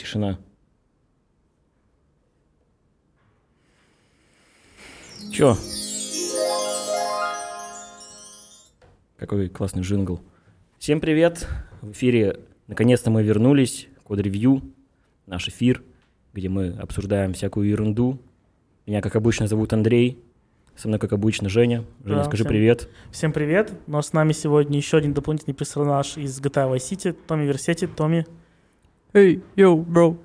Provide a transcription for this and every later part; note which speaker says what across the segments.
Speaker 1: тишина. Чё? Какой классный джингл. Всем привет! В эфире наконец-то мы вернулись. Код ревью, наш эфир, где мы обсуждаем всякую ерунду. Меня, как обычно, зовут Андрей. Со мной, как обычно, Женя. Женя,
Speaker 2: Да,
Speaker 1: скажи
Speaker 2: всем-
Speaker 1: привет.
Speaker 2: Всем привет! Но с нами сегодня еще один дополнительный персонаж из GTA Vice City, Томми Версети. Томми,
Speaker 3: Эй, йоу, бро.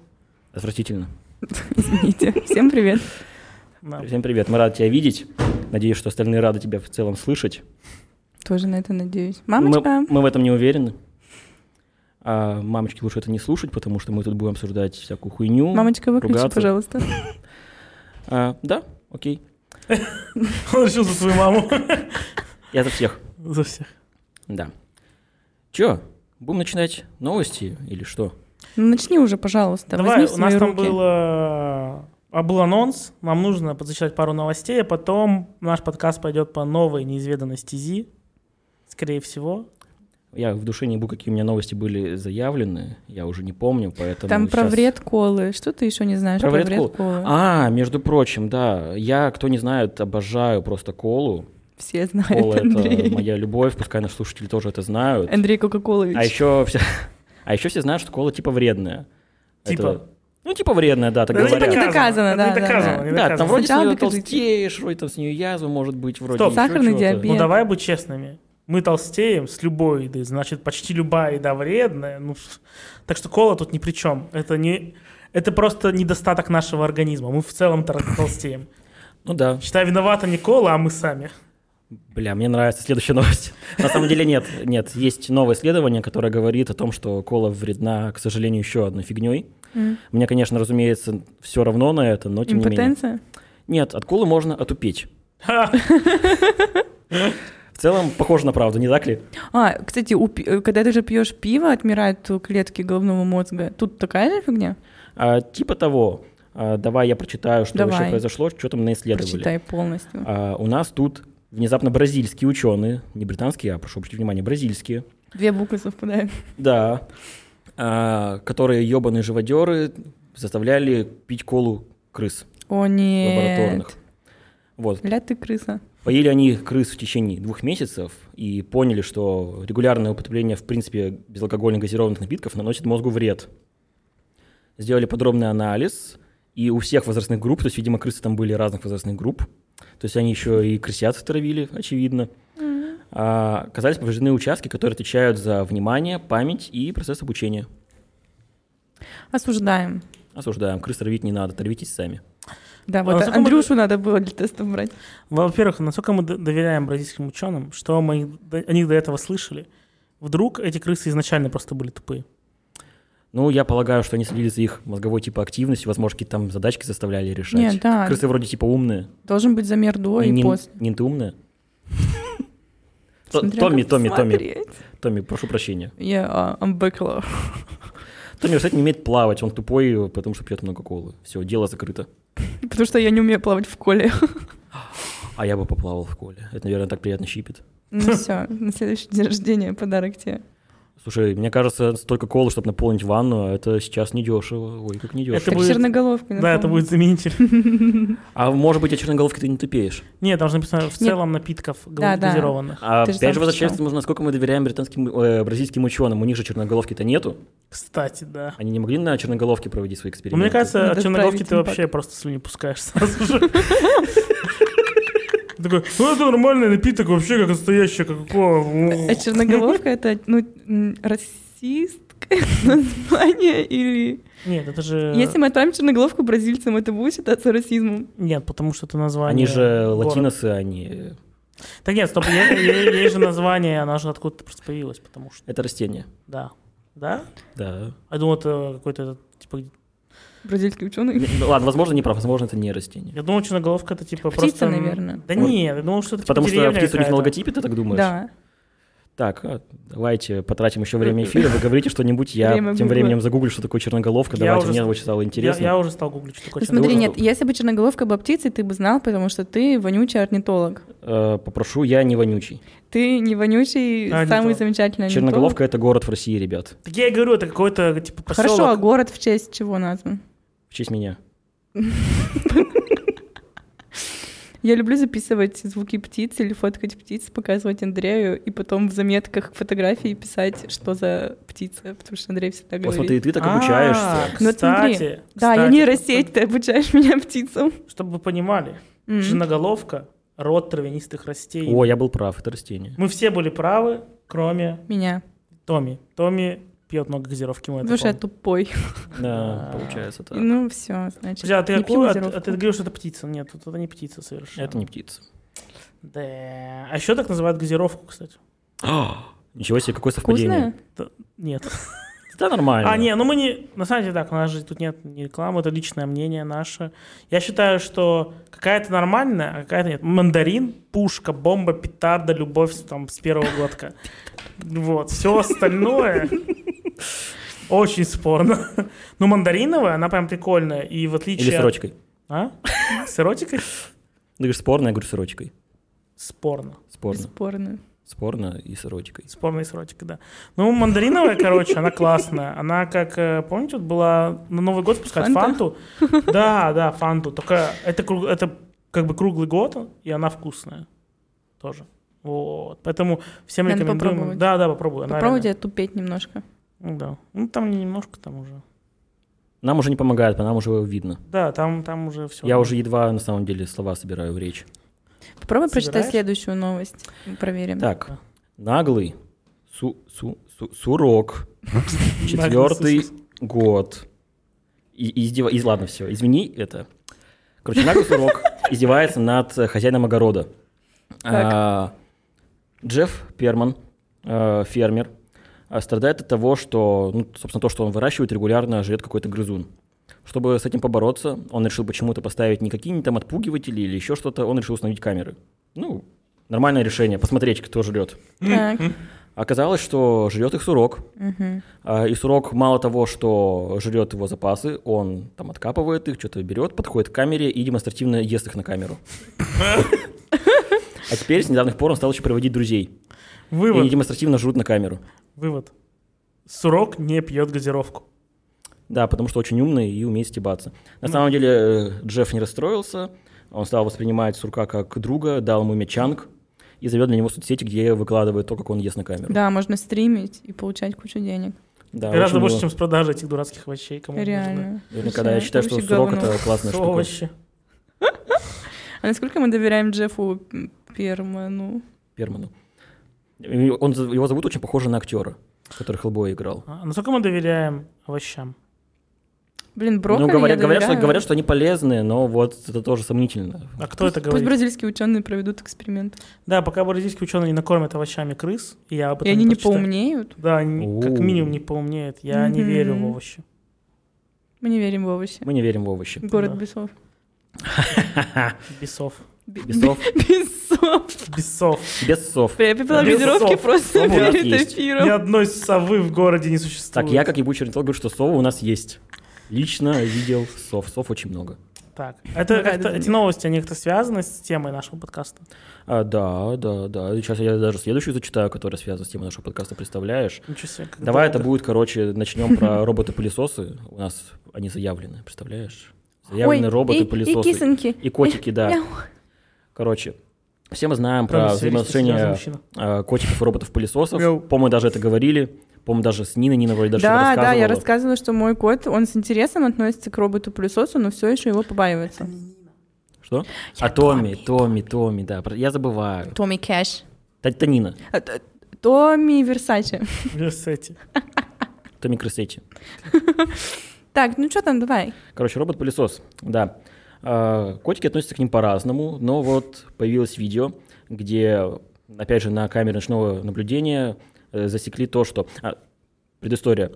Speaker 1: Отвратительно.
Speaker 3: Извините. Всем привет.
Speaker 2: да.
Speaker 1: Всем привет, мы рады тебя видеть. Надеюсь, что остальные рады тебя в целом слышать.
Speaker 3: Тоже на это надеюсь.
Speaker 1: Мы-
Speaker 3: Мамочка.
Speaker 1: Мы, в этом не уверены. А мамочки лучше это не слушать, потому что мы тут будем обсуждать всякую хуйню.
Speaker 3: Мамочка, выключи,
Speaker 1: ругаться.
Speaker 3: пожалуйста.
Speaker 1: А, да, окей.
Speaker 2: он решил за свою маму.
Speaker 1: Я за всех.
Speaker 2: За всех.
Speaker 1: Да. Чё, будем начинать новости или что?
Speaker 3: Ну, начни уже, пожалуйста.
Speaker 2: Давай,
Speaker 3: Возьми в
Speaker 2: у нас
Speaker 3: свои
Speaker 2: там
Speaker 3: руки.
Speaker 2: было... А был анонс, нам нужно подзачитать пару новостей, а потом наш подкаст пойдет по новой неизведанной стези, скорее всего.
Speaker 1: Я в душе не буду, какие у меня новости были заявлены, я уже не помню, поэтому...
Speaker 3: Там про
Speaker 1: щас-
Speaker 3: вред колы. Что ты еще не знаешь
Speaker 1: Про
Speaker 3: про,
Speaker 1: вред
Speaker 3: вред,
Speaker 1: колы?
Speaker 3: колы?
Speaker 1: А, между прочим, да, я, кто не знает, обожаю просто колу.
Speaker 3: Все знают,
Speaker 1: Кола — это
Speaker 3: Андрей.
Speaker 1: моя любовь, пускай наши слушатели тоже это знают.
Speaker 3: Андрей Кока-Колович.
Speaker 1: А еще все, а еще все знают, что кола типа вредная.
Speaker 2: Типа?
Speaker 1: Это- ну типа вредная, да, так
Speaker 2: Да,
Speaker 3: Ну, типа
Speaker 1: говорят.
Speaker 3: не доказано, да,
Speaker 2: это
Speaker 3: да,
Speaker 2: Не доказано,
Speaker 3: да.
Speaker 2: не
Speaker 1: Да, там
Speaker 2: доказано.
Speaker 1: вроде с
Speaker 3: Сначала
Speaker 1: нее
Speaker 3: докажите.
Speaker 1: толстеешь, вроде там с нее язва может быть, вроде
Speaker 2: Стоп.
Speaker 1: еще
Speaker 3: Сахарный
Speaker 1: чего-то.
Speaker 3: диабет.
Speaker 2: Ну давай быть честными. Мы толстеем с любой еды, значит, почти любая еда вредная. Ну, так что кола тут ни при чем. Это, не, это просто недостаток нашего организма. Мы в целом тол- толстеем.
Speaker 1: Ну да.
Speaker 2: Считай, виновата не кола, а мы сами.
Speaker 1: Бля, мне нравится следующая новость. На самом деле нет, нет. Есть новое исследование, которое говорит о том, что кола вредна, к сожалению, еще одной фигней.
Speaker 3: М.
Speaker 1: Мне, конечно, разумеется, все равно на это, но тем не менее.
Speaker 3: Импотенция?
Speaker 1: Нет, от колы можно отупеть.
Speaker 2: Ха.
Speaker 1: В целом, похоже на правду, не так ли?
Speaker 3: А, кстати, у пи- э, когда ты же пьешь пиво, отмирают э, клетки головного мозга. Тут такая же фигня?
Speaker 1: А, типа того. А, давай я прочитаю, что
Speaker 3: Давай.
Speaker 1: вообще произошло, что там наисследовали.
Speaker 3: Прочитай полностью.
Speaker 1: А у нас тут внезапно бразильские ученые, не британские, а, прошу обратить внимание, бразильские,
Speaker 3: Две буквы совпадают.
Speaker 1: да, а, которые ебаные живодеры заставляли пить колу крыс
Speaker 3: О,
Speaker 1: лабораторных.
Speaker 3: нет.
Speaker 1: Вот.
Speaker 3: Ля ты крыса.
Speaker 1: Поели они крыс в течение двух месяцев и поняли, что регулярное употребление, в принципе, безалкогольных газированных напитков наносит мозгу вред. Сделали подробный анализ, и у всех возрастных групп, то есть, видимо, крысы там были разных возрастных групп, то есть они еще и крысят травили, очевидно. А, оказались повреждены участки, которые отвечают за внимание, память и процесс обучения.
Speaker 3: Осуждаем.
Speaker 1: Осуждаем. Крыс травить не надо, травитесь сами.
Speaker 3: Да,
Speaker 2: А
Speaker 3: вот
Speaker 2: насколько мы-
Speaker 3: Андрюшу надо было для теста брать.
Speaker 2: Во-первых, насколько мы д- доверяем бразильским ученым, что мы их до- о них до этого слышали, вдруг эти крысы изначально просто были тупые.
Speaker 1: Ну, я полагаю, что они следили за их мозговой типа активностью, возможно, какие-то там задачки заставляли решать.
Speaker 3: Нет, да.
Speaker 1: Крысы вроде типа умные.
Speaker 3: Должен быть замер
Speaker 1: не,
Speaker 3: до А. Ну и
Speaker 1: не-
Speaker 3: после.
Speaker 1: не ты умная? Т-
Speaker 3: Смотря
Speaker 1: Томми,
Speaker 3: как
Speaker 1: Томми, Томми,
Speaker 3: смотреть.
Speaker 1: Томми, прошу прощения.
Speaker 3: Я а, I'm bachelor.
Speaker 1: Томми, кстати, не умеет плавать, он тупой, потому что пьет много колы. Все, дело закрыто.
Speaker 3: Потому что я не умею плавать в коле.
Speaker 1: А я бы поплавал в коле. Это, наверное, так приятно щипет.
Speaker 3: Ну все, на следующий день рождения подарок тебе.
Speaker 1: Слушай, мне кажется, столько колы, чтобы наполнить ванну, а это сейчас недешево. Ой, как недешево.
Speaker 2: Это
Speaker 3: Так
Speaker 2: будет-
Speaker 3: черноголовкой.
Speaker 2: Да, это
Speaker 3: наполнен.
Speaker 2: будет заменитель.
Speaker 1: А может быть, о черноголовке ты не тупеешь?
Speaker 2: Нет, там же написано в целом напитков
Speaker 3: Да, да.
Speaker 2: газированных.
Speaker 1: А
Speaker 3: Ты же
Speaker 1: опять же
Speaker 3: сам
Speaker 1: возвращается,
Speaker 3: прочитал.
Speaker 1: потому что насколько мы доверяем британским, э, бразильским ученым. У них же черноголовки-то нету.
Speaker 2: Кстати, да.
Speaker 1: Они не могли на черноголовке проводить свои
Speaker 2: Ну,
Speaker 1: эксперименты.
Speaker 2: мне кажется,
Speaker 3: Надо
Speaker 2: от черноголовки
Speaker 3: исправить
Speaker 2: ты
Speaker 3: импакт.
Speaker 2: вообще просто слюни пускаешь сразу же. Такой, ну это нормальный напиток, вообще как настоящий, как
Speaker 3: А черноголовка это ну м, расистское название или...
Speaker 2: Нет, это же...
Speaker 3: Если мы отправим черноголовку бразильцам, это будет считаться расизмом.
Speaker 2: Нет, потому что это название...
Speaker 1: Они же
Speaker 2: города.
Speaker 1: латиносы, они... э,
Speaker 2: Да нет, стоп, е- е- есть же название, она же откуда-то просто появилась, потому что...
Speaker 1: Это растения.
Speaker 2: Да. Да?
Speaker 1: Да.
Speaker 2: Я думал, это какой-то, этот, типа...
Speaker 3: Бразильские ученые.
Speaker 1: Не- ну, Ладно, возможно, не прав, возможно, это не растение.
Speaker 2: Я думал, черноголовка это типа
Speaker 3: Птица,
Speaker 2: просто...
Speaker 3: наверное.
Speaker 2: Да
Speaker 1: Вот.
Speaker 2: нет, я думал, что это типа
Speaker 1: Потому что
Speaker 2: деревня
Speaker 1: птица у них
Speaker 2: какая-то.
Speaker 1: логотипе, ты так думаешь?
Speaker 3: Да.
Speaker 1: Так, а, давайте потратим еще время эфира. Вы говорите что-нибудь, я
Speaker 3: Время
Speaker 1: тем
Speaker 3: гугла.
Speaker 1: временем загуглю, что такое черноголовка.
Speaker 2: Я
Speaker 1: Давайте,
Speaker 2: уже
Speaker 1: мне
Speaker 2: с-
Speaker 1: очень стало
Speaker 2: Я,
Speaker 1: интересно.
Speaker 2: я уже стал гуглить, что такое
Speaker 3: Ну, Смотри,
Speaker 1: Ну,
Speaker 3: нет, если бы черноголовка была птицей, ты бы знал, потому что ты вонючий орнитолог.
Speaker 1: Э, попрошу, я не вонючий.
Speaker 3: Ты не вонючий,
Speaker 2: А,
Speaker 3: самый
Speaker 2: орнитолог.
Speaker 3: замечательный орнитолог.
Speaker 1: Черноголовка — это город в России, ребят.
Speaker 2: Так я и говорю, это какой-то типа
Speaker 3: Хорошо,
Speaker 2: поселок.
Speaker 3: а город в честь чего назван?
Speaker 1: В честь меня.
Speaker 3: Я люблю записывать звуки птиц или фоткать птиц, показывать Андрею, и потом в заметках фотографии писать, что за птица, потому что Андрей всегда
Speaker 1: Вот
Speaker 3: говорит.
Speaker 1: смотри, ты так
Speaker 2: А,
Speaker 1: обучаешься.
Speaker 3: Ну, вот смотри.
Speaker 2: кстати,
Speaker 3: да, я
Speaker 2: кстати,
Speaker 3: не рассеять, ты обучаешь меня птицам.
Speaker 2: Чтобы вы понимали,
Speaker 3: М.
Speaker 2: Черноголовка — род травянистых растений.
Speaker 1: О, я был прав, это растение.
Speaker 2: Мы все были правы, кроме
Speaker 3: Меня.
Speaker 2: Томи. Томи пьет много газировки, мы это
Speaker 3: Потому что я
Speaker 2: помним.
Speaker 3: тупой.
Speaker 1: Да,
Speaker 2: А.
Speaker 1: получается так.
Speaker 3: Ну все, значит.
Speaker 2: Подожди, а ты,
Speaker 3: не пью
Speaker 2: какую, а, ты-
Speaker 3: газировку.
Speaker 2: а ты говорил, что это птица. Нет, тут это не птица совершенно.
Speaker 1: Это не птица.
Speaker 2: Да. А еще так называют газировку, кстати.
Speaker 1: А, Ничего себе, какое совпадение.
Speaker 3: Вкусная?
Speaker 2: Нет.
Speaker 1: Да, нормально.
Speaker 2: А, нет, ну мы не... На самом деле так, у нас же тут нет ни рекламы, это личное мнение наше. Я считаю, что какая-то нормальная, а какая-то нет. Мандарин, пушка, бомба, петарда, любовь там с первого глотка. Вот, все остальное очень спорно. Но мандариновая, она прям прикольная. И в отличие
Speaker 1: Или с
Speaker 2: от-
Speaker 1: рочкой.
Speaker 2: А? С эротикой?
Speaker 1: Ты говоришь спорно, я говорю с рочкой.
Speaker 2: Спорно.
Speaker 1: Спорно.
Speaker 3: Бесспорно.
Speaker 1: Спорно и с рочкой.
Speaker 2: Спорная сротика, да. Ну, мандариновая, короче, она классная. Она как, э, помните, вот была на Новый год спускать
Speaker 3: Фанта?
Speaker 2: фанту. Да, да, фанту. Только это, круг- это как бы круглый год, и она вкусная тоже. Вот. Поэтому всем
Speaker 3: Надо
Speaker 2: рекомендуем.
Speaker 3: попробовать.
Speaker 2: Да, да, попробуй. Она
Speaker 3: Попробуйте тупеть немножко.
Speaker 2: реально- Ну, да. Ну, там немножко там уже.
Speaker 1: Нам уже не помогает, по нам уже видно.
Speaker 2: Да, там, там уже все.
Speaker 1: Я уже едва на самом деле слова собираю в речь.
Speaker 3: Попробуй прочитать
Speaker 2: Собираешь?
Speaker 3: следующую новость. Мы проверим.
Speaker 1: Так,
Speaker 2: Да.
Speaker 1: наглый су- су- су- сурок, четвертый год. И, издева- из- ладно, все, извини это. Короче, наглый сурок издевается над э, хозяином огорода. А, Джефф Перман, э, фермер, а, страдает от того, что, ну, собственно, то, что он выращивает, регулярно жрет какой-то грызун. Чтобы с этим побороться, он решил почему-то поставить не какие-нибудь там отпугиватели или еще что-то, он решил установить камеры. Ну, нормальное решение, посмотреть, кто жрет.
Speaker 3: Так.
Speaker 1: Оказалось, что жрет их сурок.
Speaker 3: Мгм.
Speaker 1: А, И сурок мало того, что жрет его запасы, он там откапывает их, что-то берет, подходит к камере и демонстративно ест их на камеру. А теперь с недавних пор он стал еще приводить друзей. И они
Speaker 2: Вывод.
Speaker 1: демонстративно жрут на камеру.
Speaker 2: Вывод. Сурок не пьет газировку.
Speaker 1: Да, потому что очень умный и умеет стебаться. На самом деле э, Джефф не расстроился, он стал воспринимать сурка как друга, дал ему имя Чанг и завел для него соцсети, где выкладывает то, как он ест на камеру.
Speaker 3: Да, можно стримить и получать кучу денег.
Speaker 1: Да,
Speaker 2: Гораздо
Speaker 1: очень
Speaker 2: больше,
Speaker 1: мило.
Speaker 2: чем с продажи этих дурацких овощей. Кому нужно.
Speaker 3: Реально.
Speaker 1: Наверное, когда я
Speaker 3: Вообще,
Speaker 1: считаю, что
Speaker 3: вообще
Speaker 1: сурок
Speaker 3: говно.
Speaker 1: это классная штука.
Speaker 2: Овощи.
Speaker 3: А насколько мы доверяем Джеффу Ну, м, Перману?
Speaker 1: Перману. И Он, зов- его зовут очень похоже на актера, который Хеллбоя играл.
Speaker 2: А Насколько мы доверяем овощам?
Speaker 3: Блин, брокколи
Speaker 1: ну, говорят,
Speaker 3: я
Speaker 1: говорят, что,
Speaker 3: доверяю.
Speaker 1: говорят, что они полезные, но вот это тоже сомнительно.
Speaker 2: А кто это
Speaker 3: Пусть, пусть
Speaker 2: говорит?
Speaker 3: бразильские ученые проведут эксперимент.
Speaker 2: Да, пока бразильские ученые не накормят овощами крыс, я об этом
Speaker 3: и они не
Speaker 2: прочитаю.
Speaker 3: поумнеют.
Speaker 2: Да, они как
Speaker 1: У.
Speaker 2: минимум не поумнеют. Я не верю в
Speaker 3: Мгм.
Speaker 2: овощи.
Speaker 3: Мы не верим в овощи.
Speaker 1: Мы не верим в овощи.
Speaker 3: Город
Speaker 2: Да.
Speaker 3: бесов.
Speaker 2: Бесов.
Speaker 3: Б-
Speaker 1: Бесов.
Speaker 3: б- Бесов.
Speaker 2: Бесов.
Speaker 1: Без сов.
Speaker 3: Бля, Я попила
Speaker 2: Бесов.
Speaker 3: газировки просто
Speaker 1: Слово у нас
Speaker 3: перед
Speaker 1: есть.
Speaker 2: Ни
Speaker 3: эфиром.
Speaker 2: одной совы в городе не существует.
Speaker 1: Так, я как ебучий орнитолог говорю, что совы у нас есть. Лично видел сов. Сов очень много.
Speaker 2: Так, это
Speaker 3: Ну, да,
Speaker 2: как-то-
Speaker 3: да, да.
Speaker 2: эти новости, они как-то связаны с темой нашего подкаста?
Speaker 1: А, да, да, да. Сейчас я даже следующую зачитаю, которая связана с темой нашего подкаста, представляешь?
Speaker 2: Ничего себе. как
Speaker 1: Давай это
Speaker 2: долго.
Speaker 1: будет, короче, начнем про роботы-пылесосы. У нас они заявлены, представляешь? Заявлены
Speaker 3: Ой, И, и
Speaker 1: роботы-пылесосы.
Speaker 3: кисоньки.
Speaker 1: И котики, да.
Speaker 3: мяу.
Speaker 1: Короче, все мы знаем
Speaker 2: Правда,
Speaker 1: про
Speaker 2: связисто серьезный
Speaker 1: взаимоотношения
Speaker 2: мужчина.
Speaker 1: э, котиков и роботов-пылесосов.
Speaker 2: Мяу.
Speaker 1: По-моему, даже это говорили. По-моему, даже с Ниной, Нина вроде даже что-то
Speaker 3: Да,
Speaker 1: рассказывала.
Speaker 3: да, я рассказывала, что мой кот, он с интересом относится к роботу-пылесосу, но все еще его побаивается.
Speaker 1: Что? а Томми, Томми, Томми, да. про- Я забываю.
Speaker 3: Томми Кэш.
Speaker 1: Та- та Нина.
Speaker 3: А, т- Томми Версаче.
Speaker 2: Версати.
Speaker 1: Томми Крысетти.
Speaker 3: Так, ну что там, давай.
Speaker 1: Короче, робот-пылесос, да. Э, Котики относятся к ним по-разному, но вот появилось видео, где, опять же, на камере ночного наблюдения э, засекли то, что... а, предыстория.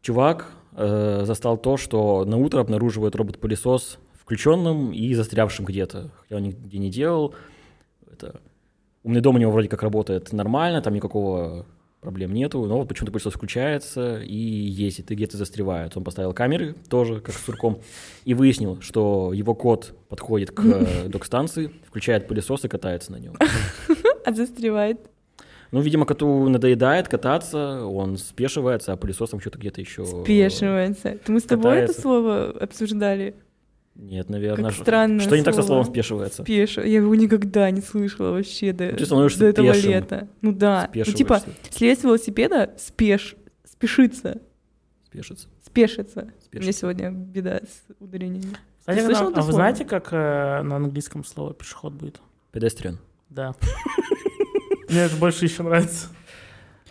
Speaker 1: Чувак э, застал то, что на утро обнаруживают робот-пылесос включенным и застрявшим где-то, хотя он нигде не делал. Это Умный дом у него вроде как работает нормально, там никакого проблем нету, но вот почему-то пылесос включается и ездит, и где-то застревает. Он поставил камеры тоже, как с сурком, и выяснил, что его кот подходит к э, док-станции, включает пылесос и катается на нем.
Speaker 3: А застревает.
Speaker 1: Ну, видимо, коту надоедает кататься, он спешивается, а пылесосом что-то где-то еще...
Speaker 3: Спешивается. Мы с тобой это
Speaker 1: катается.
Speaker 3: слово обсуждали.
Speaker 1: Нет, наверное.
Speaker 3: Как странное
Speaker 1: Что не так со
Speaker 3: слово.
Speaker 1: словом спешивается?
Speaker 3: Спеш. Я его никогда не слышала вообще до,
Speaker 1: Ты становишься
Speaker 3: до этого
Speaker 1: пешим.
Speaker 3: лета. Ну да. Ну, типа,
Speaker 1: Спешиваешься.
Speaker 3: слезть с велосипеда, спеш, спешится,
Speaker 1: Спешится.
Speaker 3: спешится. У меня
Speaker 1: Спешится.
Speaker 3: сегодня беда с ударениями.
Speaker 2: Знаете,
Speaker 3: Ты
Speaker 2: как
Speaker 3: слышал
Speaker 2: на-
Speaker 3: это
Speaker 2: а вы
Speaker 3: слово?
Speaker 2: знаете, как э, на английском слово пешеход будет?
Speaker 1: Педестриан.
Speaker 2: Да. Мне это больше еще нравится.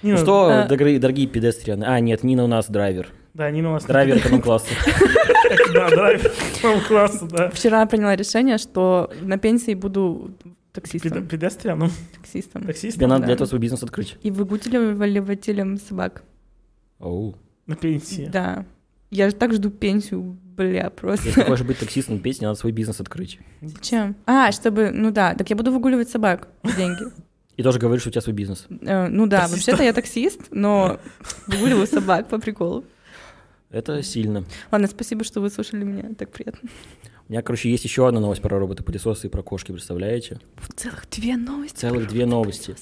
Speaker 2: Нина,
Speaker 1: Ну что,
Speaker 3: а-
Speaker 1: дорогие, дорогие педестрианы? А, нет, Нина у нас драйвер.
Speaker 2: Да, Нина у нас...
Speaker 1: Драйвер эконом-класса.
Speaker 2: Да, драйвер. Там классно, да.
Speaker 3: Вчера я приняла решение, что на пенсии буду таксистом.
Speaker 2: Пед- Педестрианом,
Speaker 3: таксистом.
Speaker 1: Тебе
Speaker 2: таксистом
Speaker 1: надо для
Speaker 3: Да.
Speaker 1: этого свой бизнес открыть.
Speaker 3: И выгуливателем собак.
Speaker 1: Оу.
Speaker 2: на пенсии.
Speaker 3: Да. Я же так жду пенсию, бля, просто.
Speaker 1: Если хочешь быть таксистом, петь, надо свой бизнес открыть.
Speaker 3: Чем? А, чтобы, ну да, так я буду выгуливать собак за деньги.
Speaker 1: И тоже говоришь, что у тебя свой бизнес.
Speaker 3: Э, Ну да,
Speaker 2: Таксист.
Speaker 3: вообще-то я таксист, но выгуливаю собак по приколу.
Speaker 1: Это сильно.
Speaker 3: Ладно, спасибо, что вы слушали меня, так приятно.
Speaker 1: У меня, короче, есть еще одна новость про роботы-пылесосы и про кошки, представляете?
Speaker 3: Целых две новости.
Speaker 1: Целых две новости.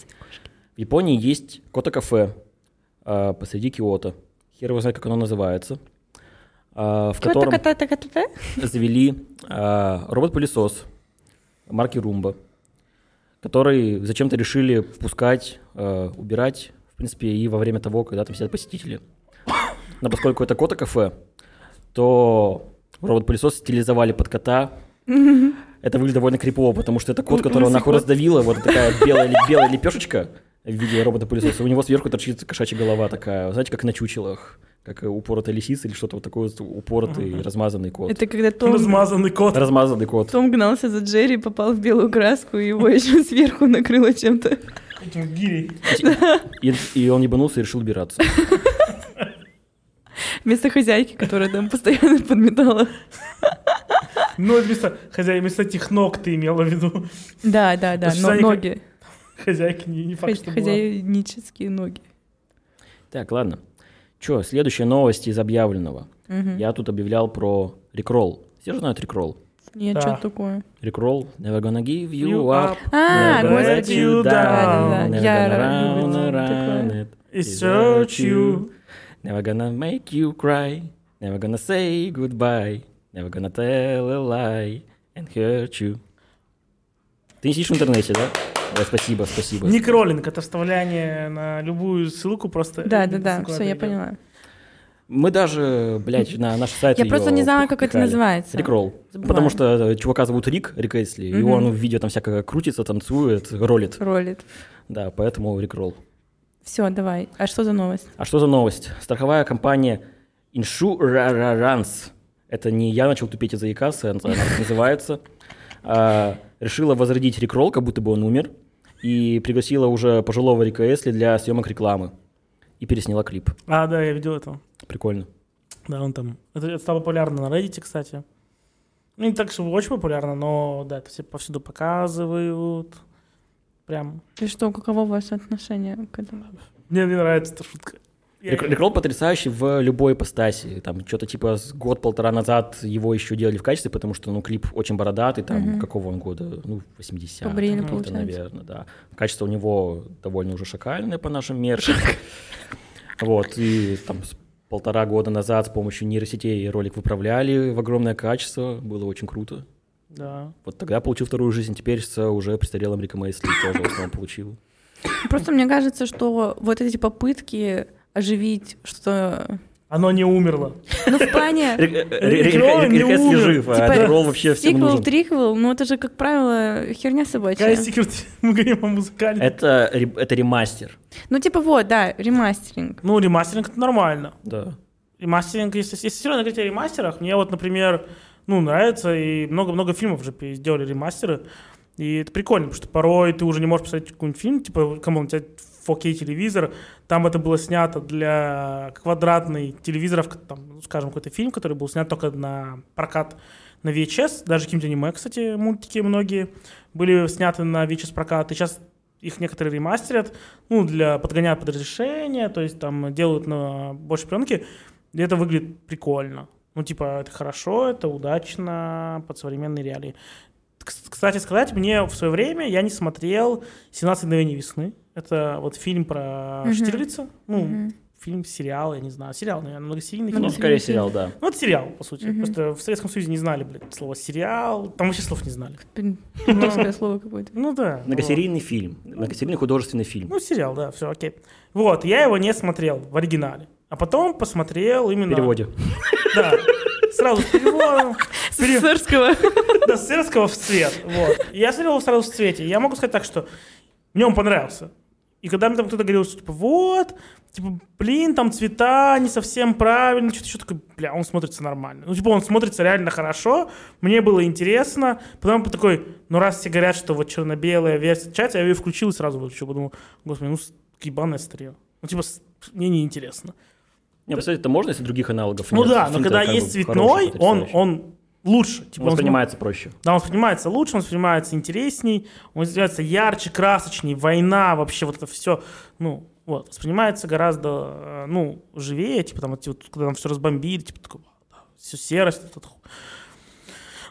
Speaker 1: В Японии есть кота-кафе а, посреди Киота. Хер его знает, как оно называется. а, в котором... завели а, робот-пылесос марки Румба, который зачем-то решили пускать, э, убирать, в принципе, и во время того, когда там сидят посетители. Но поскольку это кота кафе, то робот-пылесос стилизовали под кота. Это выглядит довольно крипово, потому что это кот,
Speaker 3: М-
Speaker 1: которого
Speaker 3: лысый
Speaker 1: нахуй
Speaker 3: Ну, кот.
Speaker 1: раздавила, вот такая белая, леп- белая лепешечка в виде робота-пылесоса. У него сверху торчит кошачья голова такая, знаете, как на чучелах, как э, упоротая лисица или что-то вот такое, вот упоротый, размазанный кот.
Speaker 3: Это когда Том,
Speaker 2: Размазанный кот.
Speaker 1: Размазанный кот.
Speaker 3: Том гнался за Джерри, попал в белую краску, и его еще сверху накрыло чем-то.
Speaker 2: Этим гирей.
Speaker 1: И, и он ебанулся и решил убираться.
Speaker 3: Вместо хозяйки, которая там постоянно подметала.
Speaker 2: Ну, это вместо хозяин, вместо тех ног ты имела в виду.
Speaker 3: Да, да, да,
Speaker 2: Потому что
Speaker 3: но
Speaker 2: они как-
Speaker 3: ноги.
Speaker 2: Хозяйка не, не факт,
Speaker 3: Хозя-
Speaker 2: что была.
Speaker 3: Хозяйнические ноги.
Speaker 1: Так, ладно. Че, следующая новость из объявленного.
Speaker 3: Мгм.
Speaker 1: Я тут объявлял про рекролл. Все же знают рекролл.
Speaker 3: Нет,
Speaker 2: Да.
Speaker 3: что такое.
Speaker 1: Рекролл. Never gonna give you
Speaker 2: You
Speaker 1: up.
Speaker 2: up.
Speaker 3: А,
Speaker 1: never
Speaker 2: господи.
Speaker 1: let you
Speaker 2: Да, да,
Speaker 1: down.
Speaker 3: да.
Speaker 1: Never
Speaker 3: Я
Speaker 1: gonna
Speaker 3: люблю
Speaker 1: run
Speaker 3: такое.
Speaker 1: around it.
Speaker 2: И search you.
Speaker 1: Never gonna make you cry. Never gonna say goodbye. Never gonna tell a lie and hurt you. Ты не сидишь в интернете, да? Да, спасибо, спасибо.
Speaker 2: Некроллинг — это вставляние на любую ссылку просто.
Speaker 3: Да, да, да,
Speaker 2: ссылку
Speaker 3: все, я
Speaker 2: отойдет.
Speaker 3: поняла.
Speaker 1: Мы даже, блядь, на наш сайт
Speaker 3: Я просто
Speaker 1: её
Speaker 3: не знала, как это
Speaker 1: пихали.
Speaker 3: называется.
Speaker 1: Рикролл.
Speaker 3: Забываю.
Speaker 1: Потому что э, чувака зовут Рик, Рик Эсли, и
Speaker 3: Мгм.
Speaker 1: он в видео там всякое крутится, танцует, ролит.
Speaker 3: Ролит.
Speaker 1: Да, поэтому Рикролл.
Speaker 3: Все, давай. А что за новость?
Speaker 1: А что за новость? Страховая компания Insurance, это не я начал тупеть и заикаться, она так называется, а, решила возродить Рикролл, как будто бы он умер, и пригласила уже пожилого Рика Эсли для съемок рекламы. И пересняла клип.
Speaker 2: А, да, я видел это.
Speaker 1: Прикольно.
Speaker 2: Да, он там. Это, это стало популярно на Reddit, кстати. Ну, не так, чтобы очень популярно, но да, это все повсюду показывают. Прям.
Speaker 3: И что, каково ваше отношение к этому?
Speaker 2: Мне не нравится эта шутка. Я-
Speaker 1: Рек- Рекролл потрясающий в любой ипостаси. Там что-то типа с год-полтора назад его еще делали в качестве, потому что ну, клип очень бородатый, там
Speaker 3: Мгм.
Speaker 1: какого он года? Ну, 80
Speaker 3: Побрили, получается.
Speaker 1: ну, наверное, да. Качество у него довольно уже шакальное по нашим меркам. Вот, и там с полтора года назад с помощью нейросетей ролик выправляли в огромное качество, было очень круто.
Speaker 2: Да.
Speaker 1: Вот тогда получил вторую жизнь, теперь с уже престарелым Риком Эйсли тоже в основном получил.
Speaker 3: Просто мне кажется, что вот эти попытки оживить, что...
Speaker 2: Оно не умерло.
Speaker 3: Ну, в плане...
Speaker 1: Рик- э,
Speaker 2: Рик-
Speaker 1: Рик-
Speaker 2: Ролл
Speaker 1: Рик-
Speaker 2: не
Speaker 1: Рик Эсли
Speaker 2: умер.
Speaker 1: жив, а
Speaker 3: Типа,
Speaker 1: Рикролл вообще всем
Speaker 3: Сиквел,
Speaker 1: нужен.
Speaker 3: триквел, ну это же, как правило, херня собачья.
Speaker 2: Какая секрет? Мы говорим о музыкальном.
Speaker 1: Это, ре- это ремастер.
Speaker 3: Ну типа вот, да, ремастеринг.
Speaker 2: Ну, ремастеринг это нормально.
Speaker 1: Да.
Speaker 2: Ремастеринг, если, если серьезно говорить о ремастерах, мне вот, например, ну, нравится, и много-много фильмов уже пи- сделали ремастеры, и это прикольно, потому что порой ты уже не можешь посмотреть какой-нибудь фильм, типа, кому у тебя 4K телевизор, там это было снято для квадратной телевизоров, к- там, ну, скажем, какой-то фильм, который был снят только на прокат на VHS, даже какие-нибудь аниме, кстати, мультики многие были сняты на VHS прокат, и сейчас их некоторые ремастерят, ну, для подгоняют под разрешение, то есть там делают на больше пленки, и это выглядит прикольно. Ну, типа, это хорошо, это удачно под современные реалии. Кс- Кстати сказать, мне в свое время я не смотрел «17 мгновений весны». Это вот фильм про
Speaker 3: Мгм.
Speaker 2: Штирлица. Ну,
Speaker 3: Мгм.
Speaker 2: фильм, сериал, я не знаю. Сериал, наверное, многосерийный
Speaker 3: Ну,
Speaker 1: Ну,
Speaker 2: фильм.
Speaker 1: скорее сериал, да.
Speaker 2: Ну, это сериал, по сути.
Speaker 3: Мгм.
Speaker 2: Просто в Советском Союзе не знали, блядь, слово сериал. Там вообще слов не знали.
Speaker 3: Блин, Русское слово какое-то.
Speaker 2: Ну да. вот.
Speaker 1: Многосерийный фильм. Многосерийный художественный фильм.
Speaker 2: Ну, сериал, да, все, окей. Вот, я его не смотрел в оригинале. А потом посмотрел
Speaker 1: В
Speaker 2: именно...
Speaker 1: переводе.
Speaker 2: Да. Сразу с переводом.
Speaker 3: С СССРского.
Speaker 2: Да, с сербского в цвет. Вот. Я смотрел его сразу в цвете. Я могу сказать так, что мне он понравился. И когда мне там кто-то говорил, что типа, вот, типа, блин, там цвета не совсем правильно, что-то еще такое, бля, он смотрится нормально. Ну, типа, он смотрится реально хорошо, мне было интересно. Потом такой, ну, раз все говорят, что вот черно-белая версия чата, я ее включил и сразу выключил, потому господи, ну, с- ебаное стрел. Ну, типа, с- мне неинтересно.
Speaker 1: Не, посмотреть, это можно, если других аналогов
Speaker 2: Ну
Speaker 1: нет?
Speaker 2: да, но
Speaker 1: Фильм-то
Speaker 2: когда
Speaker 1: как бы хороший,
Speaker 2: есть цветной, он, типа
Speaker 1: потрясающий.
Speaker 2: он лучше. Типа,
Speaker 1: Он
Speaker 2: он
Speaker 1: воспринимается проще.
Speaker 2: да, он воспринимается лучше, он воспринимается интересней, он воспринимается ярче, красочней, война, вообще вот это все, ну, вот, воспринимается гораздо, э, ну, живее, типа там, эти вот, когда там все разбомбили, типа такой, все серость. вот это ху-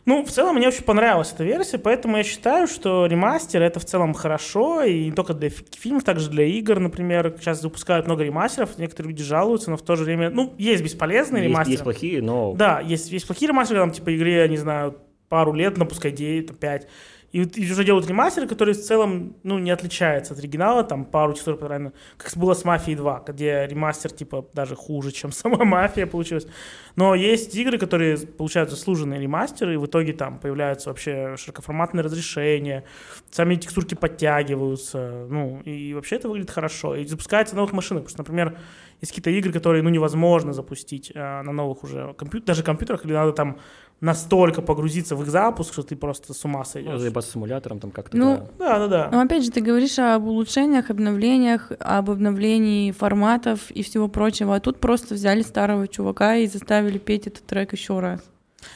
Speaker 2: Ну, в целом, мне очень понравилась эта версия, поэтому я считаю, что ремастер — это в целом хорошо, и не только для фи- фильмов, также для игр, например. Сейчас выпускают много ремастеров, некоторые люди жалуются, но в то же время... Ну, есть бесполезные
Speaker 1: Есть,
Speaker 2: ремастеры.
Speaker 1: есть плохие, но
Speaker 2: Да, есть, есть плохие ремастеры, там, типа, игре, я не знаю, пару лет, ну, пускай 9, там, 5. И, вот и уже делают ремастеры, которые в целом, ну, не отличаются от оригинала, там, пару часов, правильно, как было с «Мафией 2», где ремастер, типа, даже хуже, чем сама «Мафия» получилась. Но есть игры, которые получают заслуженные ремастеры, и в итоге там появляются вообще широкоформатные разрешения, сами текстурки подтягиваются, ну, и вообще это выглядит хорошо. И запускается на новых машинах, потому что, например, есть какие-то игры, которые, ну, невозможно запустить э, на новых уже компьютерах, даже компьютерах, или надо там настолько погрузиться в их запуск, что ты просто с ума
Speaker 1: ну,
Speaker 2: сойдешь.
Speaker 1: заебаться симулятором там как-то.
Speaker 3: Ну,
Speaker 1: да.
Speaker 2: Да-да-да.
Speaker 3: Но опять же, ты говоришь об улучшениях, обновлениях, об обновлении форматов и всего прочего. А тут просто взяли старого чувака и заставили петь этот трек еще раз.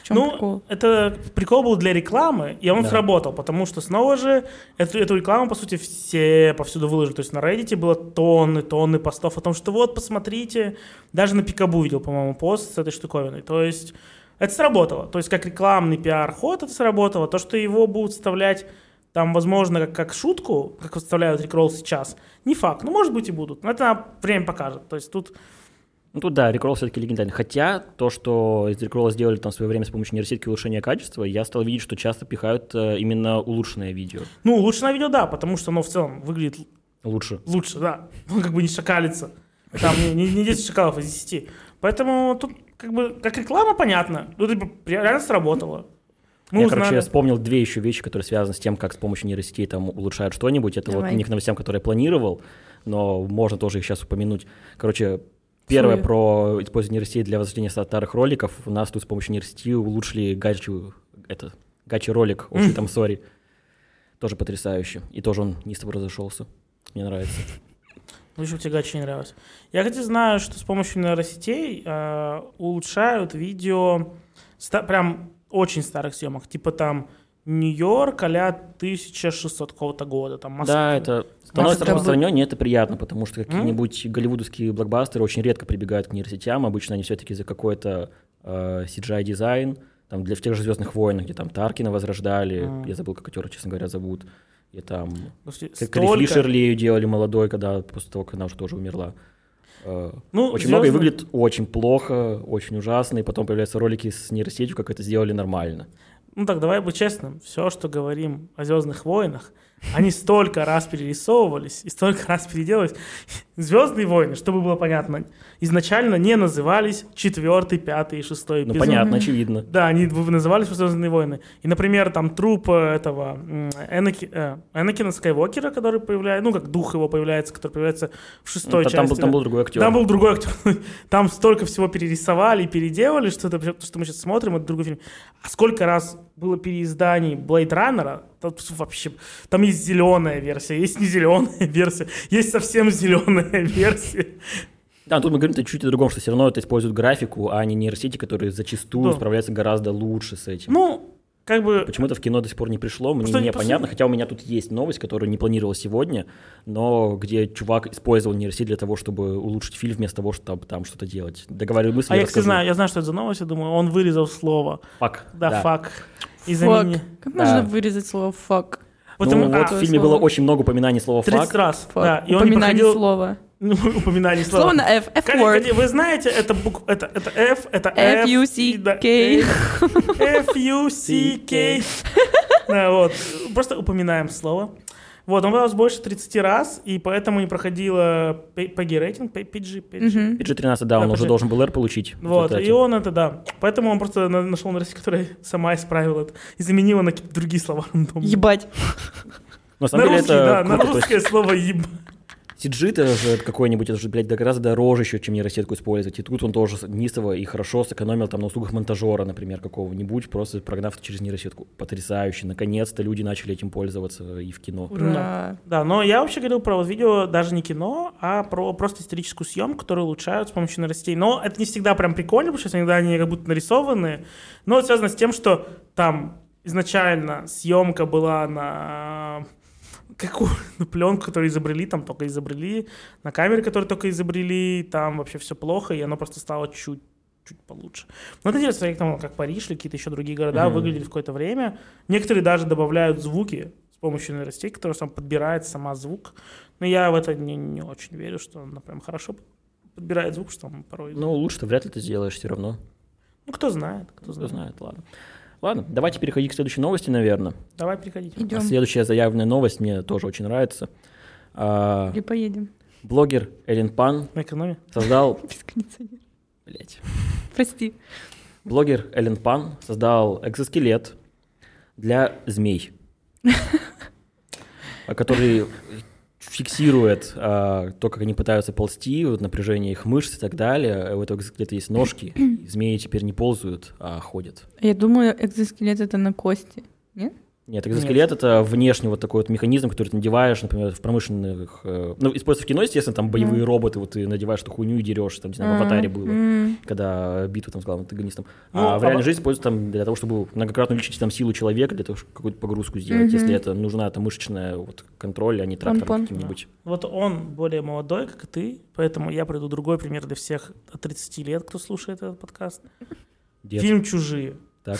Speaker 3: В чем
Speaker 2: Ну,
Speaker 3: прикол?
Speaker 2: Это прикол был для рекламы, и он
Speaker 1: Да.
Speaker 2: сработал, потому что снова же эту, эту рекламу, по сути, все повсюду выложили. То есть на Reddit было тонны, тонны постов о том, что вот, посмотрите, даже на Пикабу видел, по-моему, пост с этой штуковиной. То есть это сработало. То есть как рекламный пиар-ход это сработало. То, что его будут вставлять там, возможно, как, как шутку, как выставляют рекролл сейчас, не факт. Ну, может быть, и будут. Но это нам время покажет. То есть тут
Speaker 1: Ну тут да, рекролл все-таки легендарный. Хотя то, что из рекролла сделали там в свое время с помощью нейросетки улучшения качества, я стал видеть, что часто пихают э, именно улучшенное видео.
Speaker 2: ну, лучше на видео, да, потому что оно в целом выглядит
Speaker 1: Лучше.
Speaker 2: лучше, да. Он как бы не шакалится. Там не, не, не 10 шакалов, а 10. Поэтому тут как бы как реклама понятно. Ну, типа, реально сработало. Мы
Speaker 1: я,
Speaker 2: узнали.
Speaker 1: короче, вспомнил две еще вещи, которые связаны с тем, как с помощью нейросетей там улучшают что-нибудь. Это
Speaker 3: Давай.
Speaker 1: вот не к новостям, которые я планировал, но можно тоже их сейчас упомянуть. Короче, первое
Speaker 3: Всую.
Speaker 1: про использование нейросетей для возвращения старых роликов. У нас тут с помощью нейросети улучшили гачи, это, гачи ролик, очень там сори. Тоже потрясающе. И тоже он не с тобой разошелся. Мне нравится.
Speaker 2: Ну, ещё тебе гачи не нравилось. Я, кстати, знаю, что с помощью нейросетей э, улучшают видео ста- прям очень старых съемок. Типа там Нью-Йорк а-ля 1600 какого-то года. Там Москва.
Speaker 1: Да, это становится
Speaker 3: это был-
Speaker 1: распространеннее, это приятно, потому что какие-нибудь голливудовские блокбастеры очень редко прибегают к нейросетям. Обычно они все-таки за какой-то э, CGI-дизайн, там для в тех же «Звездных войн», где там Таркина возрождали,
Speaker 2: Мгм.
Speaker 1: я забыл, как актера, честно говоря, зовут, и там...
Speaker 2: Господи,
Speaker 1: Как
Speaker 2: столько.
Speaker 1: Кэрри Фишер Лею делали молодой, когда после того, как она уже тоже умерла. Э,
Speaker 2: Ну,
Speaker 1: очень много и
Speaker 2: «Звёздные-
Speaker 1: выглядит очень плохо, очень ужасно, и потом появляются ролики с нейросетью, как это сделали нормально.
Speaker 2: Ну так, давай быть честным. Все, что говорим о Звездных войнах, они столько раз перерисовывались и столько раз переделывались. Звездные войны, чтобы было понятно, изначально не назывались четвертый, пятый и шестой
Speaker 1: Ну,
Speaker 2: эпизод.
Speaker 1: понятно, очевидно.
Speaker 2: Да, они в- назывались просто «Звездные войны». И, например, там труп э, этого м, Энаки- э, Энакина Скайуокера, который появляется, ну, как дух его появляется, который появляется в шестой
Speaker 1: Та-
Speaker 2: части.
Speaker 1: Ну, там, был, там
Speaker 2: да.
Speaker 1: был другой актер.
Speaker 2: Там был другой актер. Там столько всего перерисовали и переделали, что, это, то, что мы сейчас смотрим, это другой фильм. А сколько раз было переизданий Блейд Раннера? Там пс, вообще... Там есть зеленая версия, есть не зеленая версия, есть совсем зеленая версия.
Speaker 1: Да, тут мы говорим чуть о другом, что все равно это используют графику, а не нейросети, которые зачастую
Speaker 2: Да.
Speaker 1: справляются гораздо лучше с этим.
Speaker 2: Ну, как бы
Speaker 1: Почему-то в кино до сих пор не пришло, мне
Speaker 2: Просто не
Speaker 1: непонятно.
Speaker 2: посмотрел.
Speaker 1: Хотя у меня тут есть новость, которую не планировал сегодня, но где чувак использовал нейросеть для того, чтобы улучшить фильм, вместо того, чтобы там что-то делать. Договариваю мысли,
Speaker 2: А я, кстати,
Speaker 1: расскажу.
Speaker 2: знаю, я знаю, что это за новость, я думаю, он вырезал слово.
Speaker 1: Фак.
Speaker 2: Да, фак. И
Speaker 3: Фак.
Speaker 2: заменил.
Speaker 3: Как
Speaker 1: Да.
Speaker 3: можно вырезать слово «фак»?
Speaker 1: Ну,
Speaker 2: Потому- а,
Speaker 1: вот в фильме
Speaker 3: слово.
Speaker 1: было очень много упоминаний слова
Speaker 2: 30
Speaker 1: «фак».
Speaker 2: раз.
Speaker 3: Фак.
Speaker 2: Да, и он не
Speaker 3: Упоминание
Speaker 2: проходил
Speaker 3: слова.
Speaker 2: Ну, упоминание слова.
Speaker 3: Слово на F.
Speaker 2: Кстати,
Speaker 3: F-word.
Speaker 2: кстати, Вы знаете, это букв... это, это F, Э, это F,
Speaker 3: F-U-C-K.
Speaker 2: F-U-C-K. Да, вот. Просто упоминаем слово. Вот, он вас больше 30 раз, и поэтому не проходила PG рейтинг, P- PG, PG.
Speaker 3: Мгм.
Speaker 1: PG-13, да,
Speaker 2: Да,
Speaker 1: он уже
Speaker 2: PG.
Speaker 1: должен был R получить. типа. в
Speaker 2: Вот,
Speaker 1: результате.
Speaker 2: и он это, да. Поэтому он просто на- нашел на которая сама исправила это и заменила на какие-то другие слова рандомные.
Speaker 3: Ебать.
Speaker 1: На
Speaker 2: На
Speaker 1: самом деле
Speaker 2: русский,
Speaker 1: это
Speaker 2: да, на
Speaker 1: круто, то есть-
Speaker 2: русское слово еб.
Speaker 1: Сиджи это же какой-нибудь, это же, блядь, гораздо дороже еще, чем нейросетку использовать. И тут он тоже низово и хорошо сэкономил там на услугах монтажера, например, какого-нибудь, просто прогнав это через нейросетку. Потрясающе. Наконец-то люди начали этим пользоваться э, и в кино.
Speaker 3: Ура.
Speaker 2: Да, но я вообще говорил про вот видео даже не кино, а про просто историческую съемку, которую улучшают с помощью нейросетей. Но это не всегда прям прикольно, потому что иногда они как будто нарисованы. Но это Ну, связано с тем, что там изначально съемка была на какую на пленку, которую изобрели, там только изобрели, на камеры, которые только изобрели, там вообще все плохо, и оно просто стало чуть чуть получше. Ну, Но это интересно, как, там, как Париж или какие-то еще другие города
Speaker 1: Мгм.
Speaker 2: выглядели в какое-то время. Некоторые даже добавляют звуки с помощью нейросетей, которая там подбирает сама звук. Но я в это не, не очень верю, что она прям хорошо подбирает звук, что там порой... Ну,
Speaker 1: Ну, лучше ты вряд ли ты сделаешь все равно.
Speaker 2: кто знает, кто
Speaker 1: Кто
Speaker 2: знает.
Speaker 1: знает, ладно. Ладно, давайте переходить к следующей новости, наверное.
Speaker 2: Давай переходите.
Speaker 1: А
Speaker 3: Идем.
Speaker 1: следующая заявленная новость мне тоже очень нравится. А,
Speaker 3: Или поедем.
Speaker 1: блогер Эллен Пан
Speaker 2: На экономе.
Speaker 1: создал...
Speaker 3: Без кондиционера.
Speaker 1: Блядь.
Speaker 3: Прости.
Speaker 1: Блогер Эллен Пан создал экзоскелет для змей, а, который фиксирует а, то, как они пытаются ползти, вот напряжение их мышц и так далее. У этого экзоскелета есть ножки. и Змеи теперь не ползают, а ходят.
Speaker 3: Я думаю, экзоскелет это на кости.
Speaker 1: Нет, экзоскелет это внешний вот такой вот механизм, который ты надеваешь, например, в промышленных... э, Ну, используется в кино, естественно, там боевые роботы, вот ты надеваешь эту хуйню и дерешься, там, не знаю, в «Аватаре» было
Speaker 3: А, М.
Speaker 1: когда битва там с главным антагонистом.
Speaker 2: Ну,
Speaker 1: а
Speaker 2: а
Speaker 1: в реальной
Speaker 2: во-
Speaker 1: жизни используют там для того, чтобы многократно увеличить там силу человека, для того, чтобы какую-то погрузку сделать,
Speaker 3: Мгм.
Speaker 1: если это нужна там мышечная вот контроль, а не трактором
Speaker 3: Помпон.
Speaker 1: каким-нибудь.
Speaker 2: Вот он более молодой, как и ты, поэтому я приду другой пример для всех от 30 лет, кто слушает этот подкаст.
Speaker 1: Дед.
Speaker 2: Фильм «Чужие»,
Speaker 1: Так.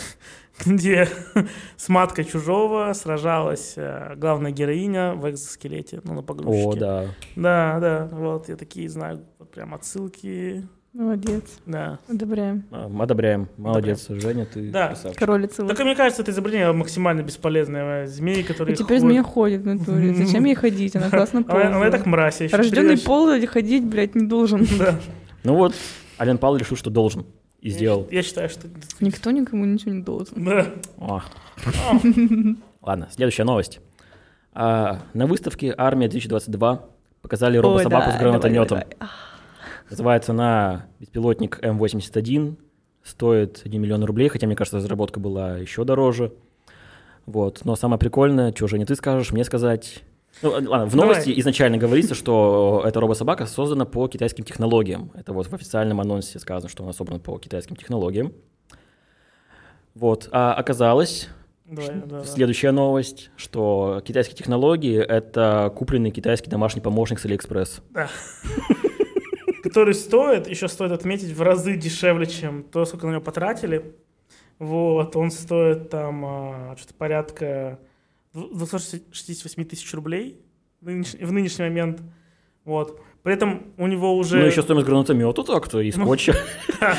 Speaker 2: где с маткой чужого сражалась э, главная героиня в экзоскелете, ну, на погрузчике.
Speaker 1: О, да.
Speaker 2: Да, да, вот, я такие знаю, вот прям отсылки,
Speaker 3: Молодец.
Speaker 2: да.
Speaker 3: Одобряем.
Speaker 1: М, Одобряем. Молодец, Женя, ты
Speaker 2: Да.
Speaker 1: красавчик.
Speaker 3: Король отсылок.
Speaker 2: Так, мне кажется, это изобретение максимально бесполезное. э, Змеи,
Speaker 3: И
Speaker 2: которые
Speaker 3: А теперь
Speaker 2: ходят.
Speaker 3: змея ходит в натуре. Зачем ей ходить? Она классно
Speaker 2: Она, она и
Speaker 3: ползает.
Speaker 2: так мразь. я ещё
Speaker 3: Рожденный
Speaker 2: привез-
Speaker 3: ползать ходить, блядь, не должен.
Speaker 2: Да.
Speaker 1: Ну вот, Ален Павел решил, что должен. И
Speaker 2: Я
Speaker 1: сделал.
Speaker 2: щ- Я считаю, что...
Speaker 3: Никто никому ничего не должен.
Speaker 2: Да.
Speaker 1: О. А. Ладно, следующая новость. А, На выставке «Армия-2022» показали робособаку
Speaker 3: Ой, да,
Speaker 1: с гранатометом.
Speaker 3: давай, давай.
Speaker 1: Называется она беспилотник М81. Стоит 1 миллион рублей, хотя, мне кажется, разработка была еще дороже. Вот. Но самое прикольное, что же не ты скажешь, мне сказать. Ну, э, ладно, в
Speaker 2: Давай.
Speaker 1: новости изначально говорится, что эта робособака создана по китайским технологиям. Это вот в официальном анонсе сказано, что она собрана по китайским технологиям. Вот. А оказалось,
Speaker 2: Давай, да, да.
Speaker 1: следующая новость, что китайские технологии — это купленный китайский домашний помощник с Алиэкспресс.
Speaker 2: который стоит, еще стоит отметить, в разы дешевле, чем то, сколько на него потратили. Вот, он стоит там а, что-то порядка дв- 268 тысяч рублей в нынеш- в нынешний момент. Вот. При этом у него уже...
Speaker 1: Ну, еще стоимость гранатомета так-то и
Speaker 2: Ну.
Speaker 1: скотча.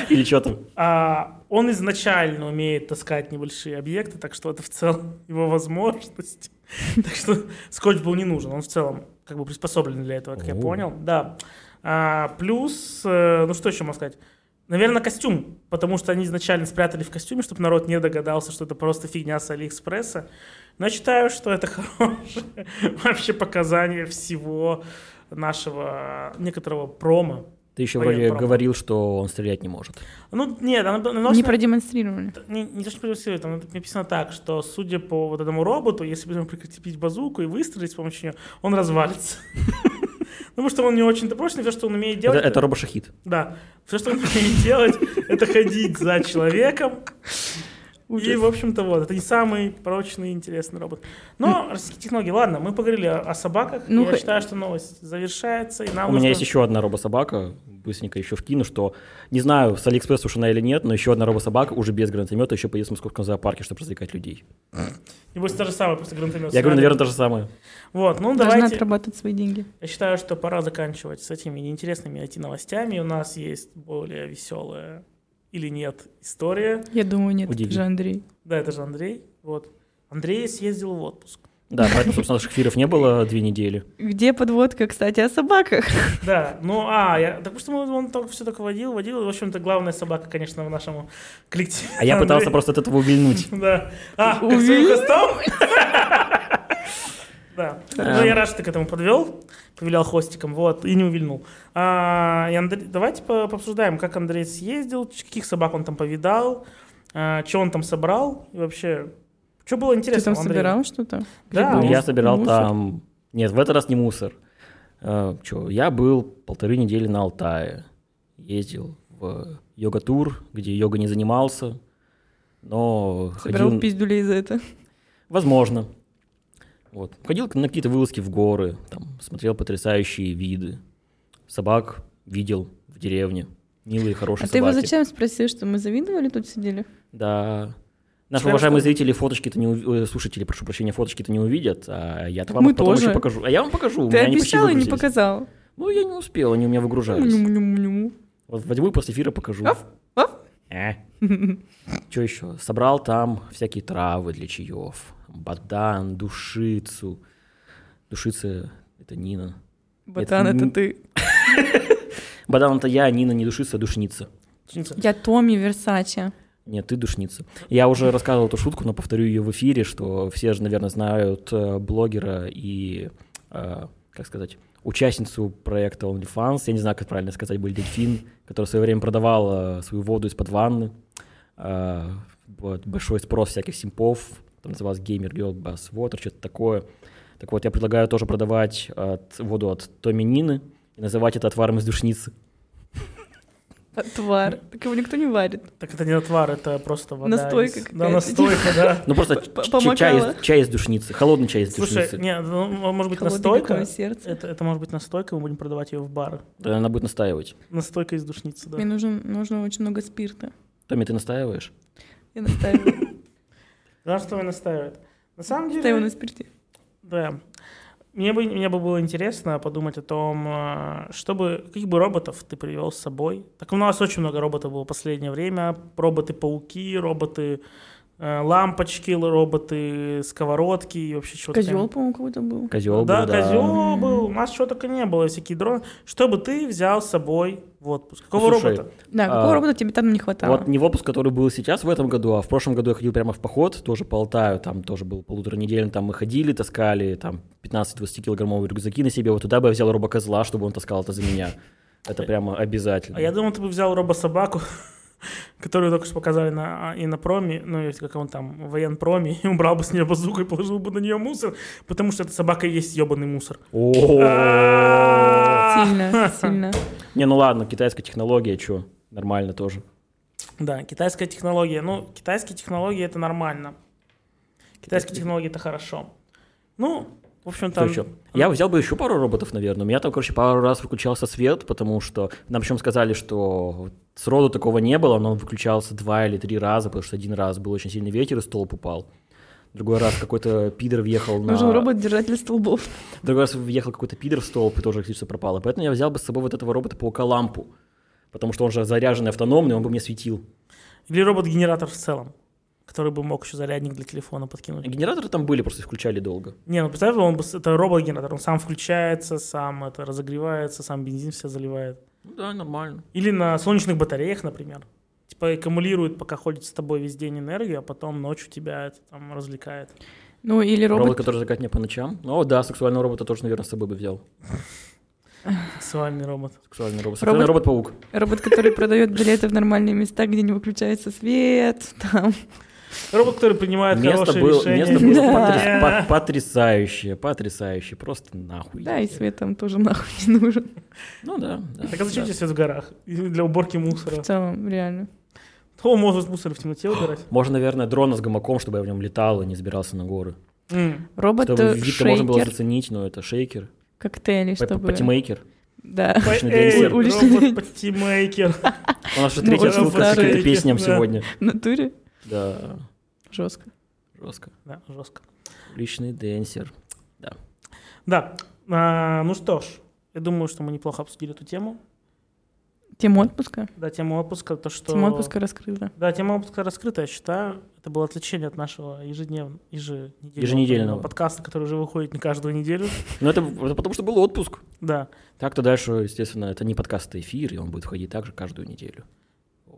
Speaker 1: Или что там.
Speaker 2: А, он изначально умеет таскать небольшие объекты, так что это в целом его возможность. Так что скотч был не нужен, он в целом как бы приспособлен для этого, как я
Speaker 1: О.
Speaker 2: понял. Да. А, плюс, э, ну что еще можно сказать? Наверное, костюм, потому что они изначально спрятали в костюме, чтобы народ не догадался, что это просто фигня с Алиэкспресса. Но я считаю, что это хорошее вообще показание всего нашего некоторого промо.
Speaker 1: Ты еще
Speaker 2: Военпром.
Speaker 1: вроде говорил, что он стрелять не может.
Speaker 2: Ну, нет, она она
Speaker 3: Не
Speaker 2: носит-
Speaker 3: продемонстрировали.
Speaker 2: Т- Не, не то, что превратили, там написано так, что судя по вот этому роботу, если будем прикрепить базуку и выстрелить с помощью нее, он развалится. Ну, потому что он не очень-то прочный, все, что он умеет
Speaker 1: Это,
Speaker 2: делать...
Speaker 1: это робошахид.
Speaker 2: Да. Все, что он умеет делать, это ходить за человеком, И, в общем-то, вот, это не самый прочный и интересный робот. Но
Speaker 1: Хм.
Speaker 2: российские технологии, ладно, мы поговорили о, о собаках.
Speaker 3: Ну,
Speaker 2: Я
Speaker 3: хо-
Speaker 2: считаю, что новость завершается, и нам
Speaker 1: У меня
Speaker 2: нужно-
Speaker 1: есть еще одна робособака, быстренько еще вкину, что не знаю, с Алиэкспресс уж она или нет, но еще одна робособака уже без гранатомета еще поедет в московском зоопарке, чтобы развлекать людей.
Speaker 2: Небось, то же самое, просто гранатомет.
Speaker 1: Я говорю, наверное, то же самое.
Speaker 2: Вот, ну
Speaker 3: Должна
Speaker 2: давайте.
Speaker 3: отрабатывать свои деньги.
Speaker 2: Я считаю, что пора заканчивать с этими неинтересными IT-новостями. У нас есть более веселая или нет история.
Speaker 3: Я думаю, нет,
Speaker 1: Удиви.
Speaker 3: это же Андрей.
Speaker 2: Да, это же Андрей. Вот. Андрей съездил в отпуск.
Speaker 1: Да, поэтому, собственно, наших эфиров не было две недели.
Speaker 3: Где подводка, кстати, о собаках?
Speaker 2: Да, ну а, я, так что он, он только, все только водил, водил. В общем-то, главная собака, конечно, в нашем коллективе.
Speaker 1: А я пытался
Speaker 2: Андрей.
Speaker 1: просто от этого увильнуть.
Speaker 2: Да. А, как
Speaker 3: Увильнуть.
Speaker 2: своим хвостом? Да. Ну,
Speaker 1: Эм.
Speaker 2: я рад, что ты к этому подвел, повилял хвостиком, вот, и не увильнул. А, и Андре- Давайте по- пообсуждаем, как Андрей съездил, ч- каких собак он там повидал, что он там собрал, и вообще, что было
Speaker 3: Ты
Speaker 2: интересно
Speaker 3: там собирал что-то?
Speaker 2: Да,
Speaker 3: Грибы?
Speaker 1: Ну, Я собирал
Speaker 3: Мусор?
Speaker 1: там... Нет, в этот раз не мусор. Э, чё, я был полторы недели на Алтае. Ездил в йога-тур, где йога не занимался, но
Speaker 3: Собирал
Speaker 1: ходил...
Speaker 3: пиздюлей за это.
Speaker 1: Возможно. Вот. Ходил на какие-то вылазки в горы, там, смотрел потрясающие виды. Собак видел в деревне. Милые, хорошие
Speaker 3: А ты
Speaker 1: собаки.
Speaker 3: его зачем спросил, что мы завидовали тут сидели?
Speaker 1: Да. Наши
Speaker 2: Скажешь,
Speaker 1: уважаемые
Speaker 2: что-
Speaker 1: зрители фоточки-то не ув- э, слушатели, прошу прощения, фоточки-то не увидят, а я-то вам
Speaker 3: Мы
Speaker 1: их потом
Speaker 3: тоже.
Speaker 1: еще покажу. А я вам покажу. у
Speaker 3: Ты
Speaker 1: меня они почти
Speaker 3: обещал и не Ну,
Speaker 1: выгрузились.
Speaker 3: показал.
Speaker 1: Ну, я не успел, они у меня выгружались.
Speaker 3: Ню-ню-ню-ню.
Speaker 1: Вот возьму и после эфира покажу.
Speaker 3: Аф, аф.
Speaker 1: Что еще? Собрал там всякие травы для чаев. Бадан, душицу. Душица — это Нина.
Speaker 3: Ботан,
Speaker 1: Это
Speaker 3: это
Speaker 1: не-
Speaker 3: ты.
Speaker 1: Бадан — это я, Нина не душица, а душница.
Speaker 3: Я Томми Версаче.
Speaker 1: Нет, ты душница. Я уже рассказывал эту шутку, но повторю ее в эфире, что все же, наверное, знают э, блогера и, э, как сказать, участницу проекта OnlyFans, я не знаю, как правильно сказать, был дельфин, который в свое время продавал э, свою воду из-под ванны. Э, вот, большой спрос всяких симпов, там называлось Gamer Girl Bass Water, что-то такое. Так вот, я предлагаю тоже продавать от- воду от Томми Нины и называть это отваром из душницы.
Speaker 3: Отвар. Так его никто не варит.
Speaker 2: Так это не отвар, это просто вода.
Speaker 3: Настойка
Speaker 2: из- Да,
Speaker 3: какая-то.
Speaker 2: настойка, да.
Speaker 1: Ну просто
Speaker 3: П-
Speaker 1: ч- ч- чай
Speaker 3: помакала.
Speaker 1: из- чай из душницы, холодный чай из
Speaker 2: Слушай,
Speaker 1: душницы.
Speaker 2: нет, ну, может быть,
Speaker 3: Холодный, как
Speaker 2: настойка?
Speaker 3: мое сердце.
Speaker 2: Это, это может быть настойка, мы будем продавать ее в бары.
Speaker 1: Да, э, она будет настаивать.
Speaker 2: Настойка из душницы, да.
Speaker 3: Мне нужен, нужно очень много спирта.
Speaker 1: Томми, ты настаиваешь?
Speaker 3: Я настаиваю.
Speaker 2: Да, что меня настаивает. На самом деле,
Speaker 3: Настаиваю на спирте.
Speaker 2: да. Мне бы, мне бы было интересно подумать о том, э, чтобы, каких бы роботов ты привел с собой. Так у нас очень много роботов было в последнее время. Роботы-пауки, роботы э, лампочки, роботы сковородки и вообще чего-то.
Speaker 3: Козел,
Speaker 2: там.
Speaker 3: по-моему, какой-то был.
Speaker 1: Козел
Speaker 2: да,
Speaker 1: был, да.
Speaker 2: козел был. У нас чего только не было, всякие дроны. Что бы ты взял с собой в отпуск? Какого
Speaker 1: Слушай,
Speaker 2: робота?
Speaker 3: Да,
Speaker 1: А,
Speaker 3: какого робота тебе там не хватало?
Speaker 1: Вот не в отпуск, который был сейчас в этом году, а в прошлом году я ходил прямо в поход, тоже по Алтаю, там тоже был полутора недель, там мы ходили, таскали там 15-20 килограммовые рюкзаки на себе, вот туда бы я взял робокозла, чтобы он таскал это за меня. Это прямо обязательно.
Speaker 2: А я думал, ты бы взял робособаку, которую только что показали на, и на проме, ну, если как он там, в военпроме, и убрал бы с нее базуку и положил бы на нее мусор, потому что эта собака и есть ебаный мусор.
Speaker 1: О-о-о.
Speaker 3: Сильно, сильно.
Speaker 1: Не, ну ладно, китайская технология, что, нормально тоже.
Speaker 2: Да, китайская технология. Ну, китайские технологии это нормально.
Speaker 3: Э,
Speaker 2: Китайские технологии это хорошо. Ну, в общем,
Speaker 1: Что
Speaker 2: там...
Speaker 1: еще? Я взял бы еще пару роботов, наверное. У меня там, короче, пару раз выключался свет, потому что нам причем сказали, что сроду такого не было, но он выключался два или три раза, потому что один раз был очень сильный ветер и столб упал. Другой раз какой-то пидор въехал на...
Speaker 3: Нужен робот-держатель столбов.
Speaker 1: Другой раз въехал какой-то пидор в столб и тоже электричество пропало. Поэтому я взял бы с собой вот этого робота-паука лампу. Потому что он же заряженный, автономный, он бы мне светил.
Speaker 2: Или робот-генератор в целом, который бы мог еще зарядник для телефона подкинуть.
Speaker 1: Генераторы там были, просто их включали долго.
Speaker 2: Не, ну представь, он бы, с- это робот-генератор, он сам включается, сам это разогревается, сам бензин все заливает.
Speaker 1: Ну да, нормально.
Speaker 2: Или на солнечных батареях, например. Типа аккумулирует, пока ходит с тобой весь день энергию, а потом ночью тебя это там развлекает.
Speaker 3: Ну, или
Speaker 1: Робот,
Speaker 3: робот...
Speaker 1: который загадит меня по ночам. О, да, сексуального робота тоже, наверное, с собой бы взял.
Speaker 2: Сексуальный робот.
Speaker 1: Сексуальный робот. Сексуальный робот-паук.
Speaker 3: Робот, который продает билеты в нормальные места, где не выключается свет, там.
Speaker 2: Робот, который принимает
Speaker 1: Место
Speaker 2: хорошие
Speaker 1: было,
Speaker 2: решения.
Speaker 1: место было
Speaker 3: Да.
Speaker 1: потряс- по- потрясающее, потрясающее, просто нахуй.
Speaker 3: Да, и свет там тоже нахуй не нужен.
Speaker 1: Ну да. да,
Speaker 2: Так а зачем
Speaker 1: да.
Speaker 2: тебе свет в горах? И Для уборки мусора.
Speaker 3: В целом, реально.
Speaker 2: О, можно мусор в темноте убирать.
Speaker 1: Можно, наверное, дрона с гамаком, чтобы я в нем летал и не забирался на горы.
Speaker 2: М.
Speaker 3: Робот
Speaker 1: Чтобы в Египте можно было
Speaker 3: э, шейкер,
Speaker 1: заценить, но это шейкер,
Speaker 3: коктейли,
Speaker 1: п- п-
Speaker 3: чтобы...
Speaker 1: патимейкер.
Speaker 3: Да.
Speaker 1: Уличный
Speaker 2: Эй,
Speaker 1: гангстер.
Speaker 3: Уличный
Speaker 2: робот
Speaker 3: гангстер.
Speaker 2: патимейкер.
Speaker 1: У нас же
Speaker 3: Ну,
Speaker 1: третья
Speaker 3: это
Speaker 1: отсылка к
Speaker 3: старые
Speaker 1: каким-то песням
Speaker 2: да.
Speaker 1: сегодня.
Speaker 3: В натуре.
Speaker 1: Да,
Speaker 3: Жестко.
Speaker 1: жестко.
Speaker 2: Да, жестко.
Speaker 1: Личный денсер.
Speaker 2: Да, А, ну что ж, я думаю, что мы неплохо обсудили эту тему.
Speaker 3: Тему отпуска.
Speaker 2: Да, тему отпуска, то, что...
Speaker 3: Тему отпуска раскрыта.
Speaker 2: Да, тема отпуска раскрыта, я считаю. Это было отвлечение от нашего ежедневного, еженедельного,
Speaker 1: Еженедельного.
Speaker 2: подкаста, который уже выходит не каждую неделю.
Speaker 1: Но это, это потому, что был отпуск.
Speaker 2: Да.
Speaker 1: Так-то дальше, естественно, это не подкаст, а эфир, и он будет ходить также каждую неделю.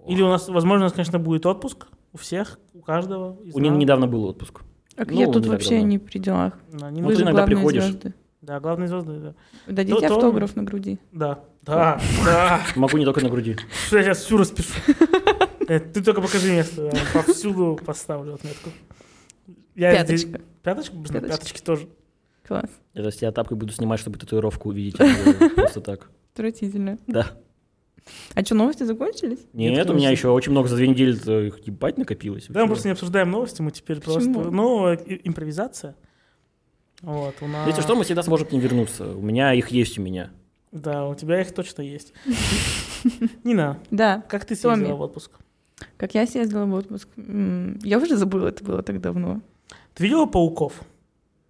Speaker 2: Или у нас, возможно, у нас, конечно, будет отпуск у всех, у каждого. из
Speaker 1: У Нины
Speaker 2: нас.
Speaker 1: недавно был отпуск.
Speaker 3: Так
Speaker 1: Ну,
Speaker 3: А я тут
Speaker 1: не так
Speaker 3: вообще
Speaker 1: давно.
Speaker 3: не при делах.
Speaker 2: Да, не
Speaker 1: Ну,
Speaker 3: Вы
Speaker 1: ты
Speaker 2: нужно-
Speaker 3: же
Speaker 1: иногда
Speaker 3: главные
Speaker 1: приходишь.
Speaker 3: звезды.
Speaker 2: Да, главные звезды, да.
Speaker 1: Ну,
Speaker 3: Дадите
Speaker 2: то-
Speaker 3: автограф на груди.
Speaker 2: Да, да, да.
Speaker 1: Могу не только на груди.
Speaker 2: Что я сейчас всю распишу. Э, Ты только покажи место. я Повсюду поставлю отметку. Я здесь-
Speaker 3: Пяточка.
Speaker 2: Пяточка? Блин,
Speaker 3: Пяточка.
Speaker 2: Пяточки тоже.
Speaker 3: Класс.
Speaker 1: Я с тебя тапкой буду снимать, чтобы татуировку увидеть. а не Просто так.
Speaker 3: Отвратительно.
Speaker 1: Да.
Speaker 3: А что, новости закончились?
Speaker 1: Нет, у меня еще очень много за две недели их ебать накопилось.
Speaker 2: Да, мы
Speaker 1: Вообще.
Speaker 2: просто не обсуждаем новости, мы теперь
Speaker 3: Почему?
Speaker 2: просто... Ну, э, и- импровизация. Вот, у нас...
Speaker 1: Если что, мы всегда сможем к ним вернуться. У меня их есть у меня.
Speaker 2: Да, у тебя их точно есть. Нина,
Speaker 3: Да.
Speaker 2: как ты
Speaker 3: Томми.
Speaker 2: съездила в отпуск?
Speaker 3: Как я съездила в отпуск. М, Я уже забыла, это было так давно.
Speaker 2: Ты видела пауков?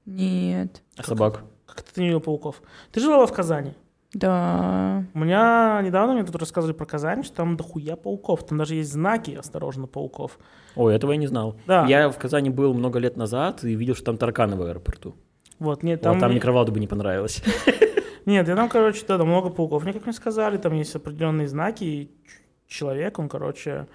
Speaker 3: Нет.
Speaker 1: А собак.
Speaker 2: Как ты не видела пауков? Ты жила в Казани.
Speaker 3: Да.
Speaker 2: У меня недавно мне тут рассказывали про Казань, что там дохуя пауков. Там даже есть знаки «Осторожно, пауков».
Speaker 1: Ой, этого я не знал.
Speaker 2: Да.
Speaker 1: Я в Казани был много лет назад и видел, что там тараканы в аэропорту.
Speaker 2: Вот, нет,
Speaker 1: Там,
Speaker 2: там...
Speaker 1: вот, там микроволновку бы не понравилось.
Speaker 2: Нет, я там, короче, да, там много пауков. Мне, как мне сказали, там есть определенные знаки, и ч- человек, он, короче,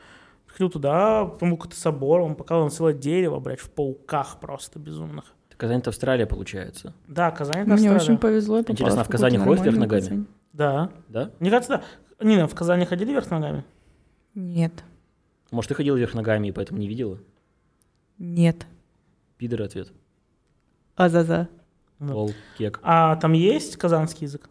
Speaker 2: приходил туда, по-моему, какой-то собор, он показывал целое дерево, блядь, в пауках просто безумных.
Speaker 1: Казань это Австралия, получается.
Speaker 2: Да, Казань это
Speaker 3: Мне
Speaker 2: Австралия.
Speaker 3: очень повезло. я попала
Speaker 1: Интересно, а в
Speaker 3: какую-то
Speaker 1: Казани ходят вверх
Speaker 3: нормальную
Speaker 1: ногами?
Speaker 3: Казань.
Speaker 2: Да.
Speaker 1: Да?
Speaker 2: Мне кажется, да. Нина, в Казани ходили вверх ногами?
Speaker 3: Нет.
Speaker 1: Может, ты ходила вверх ногами и поэтому не видела?
Speaker 3: Нет.
Speaker 1: Пидор ответ.
Speaker 3: Азаза.
Speaker 2: Да.
Speaker 1: Лол, кек.
Speaker 2: А там есть казанский язык?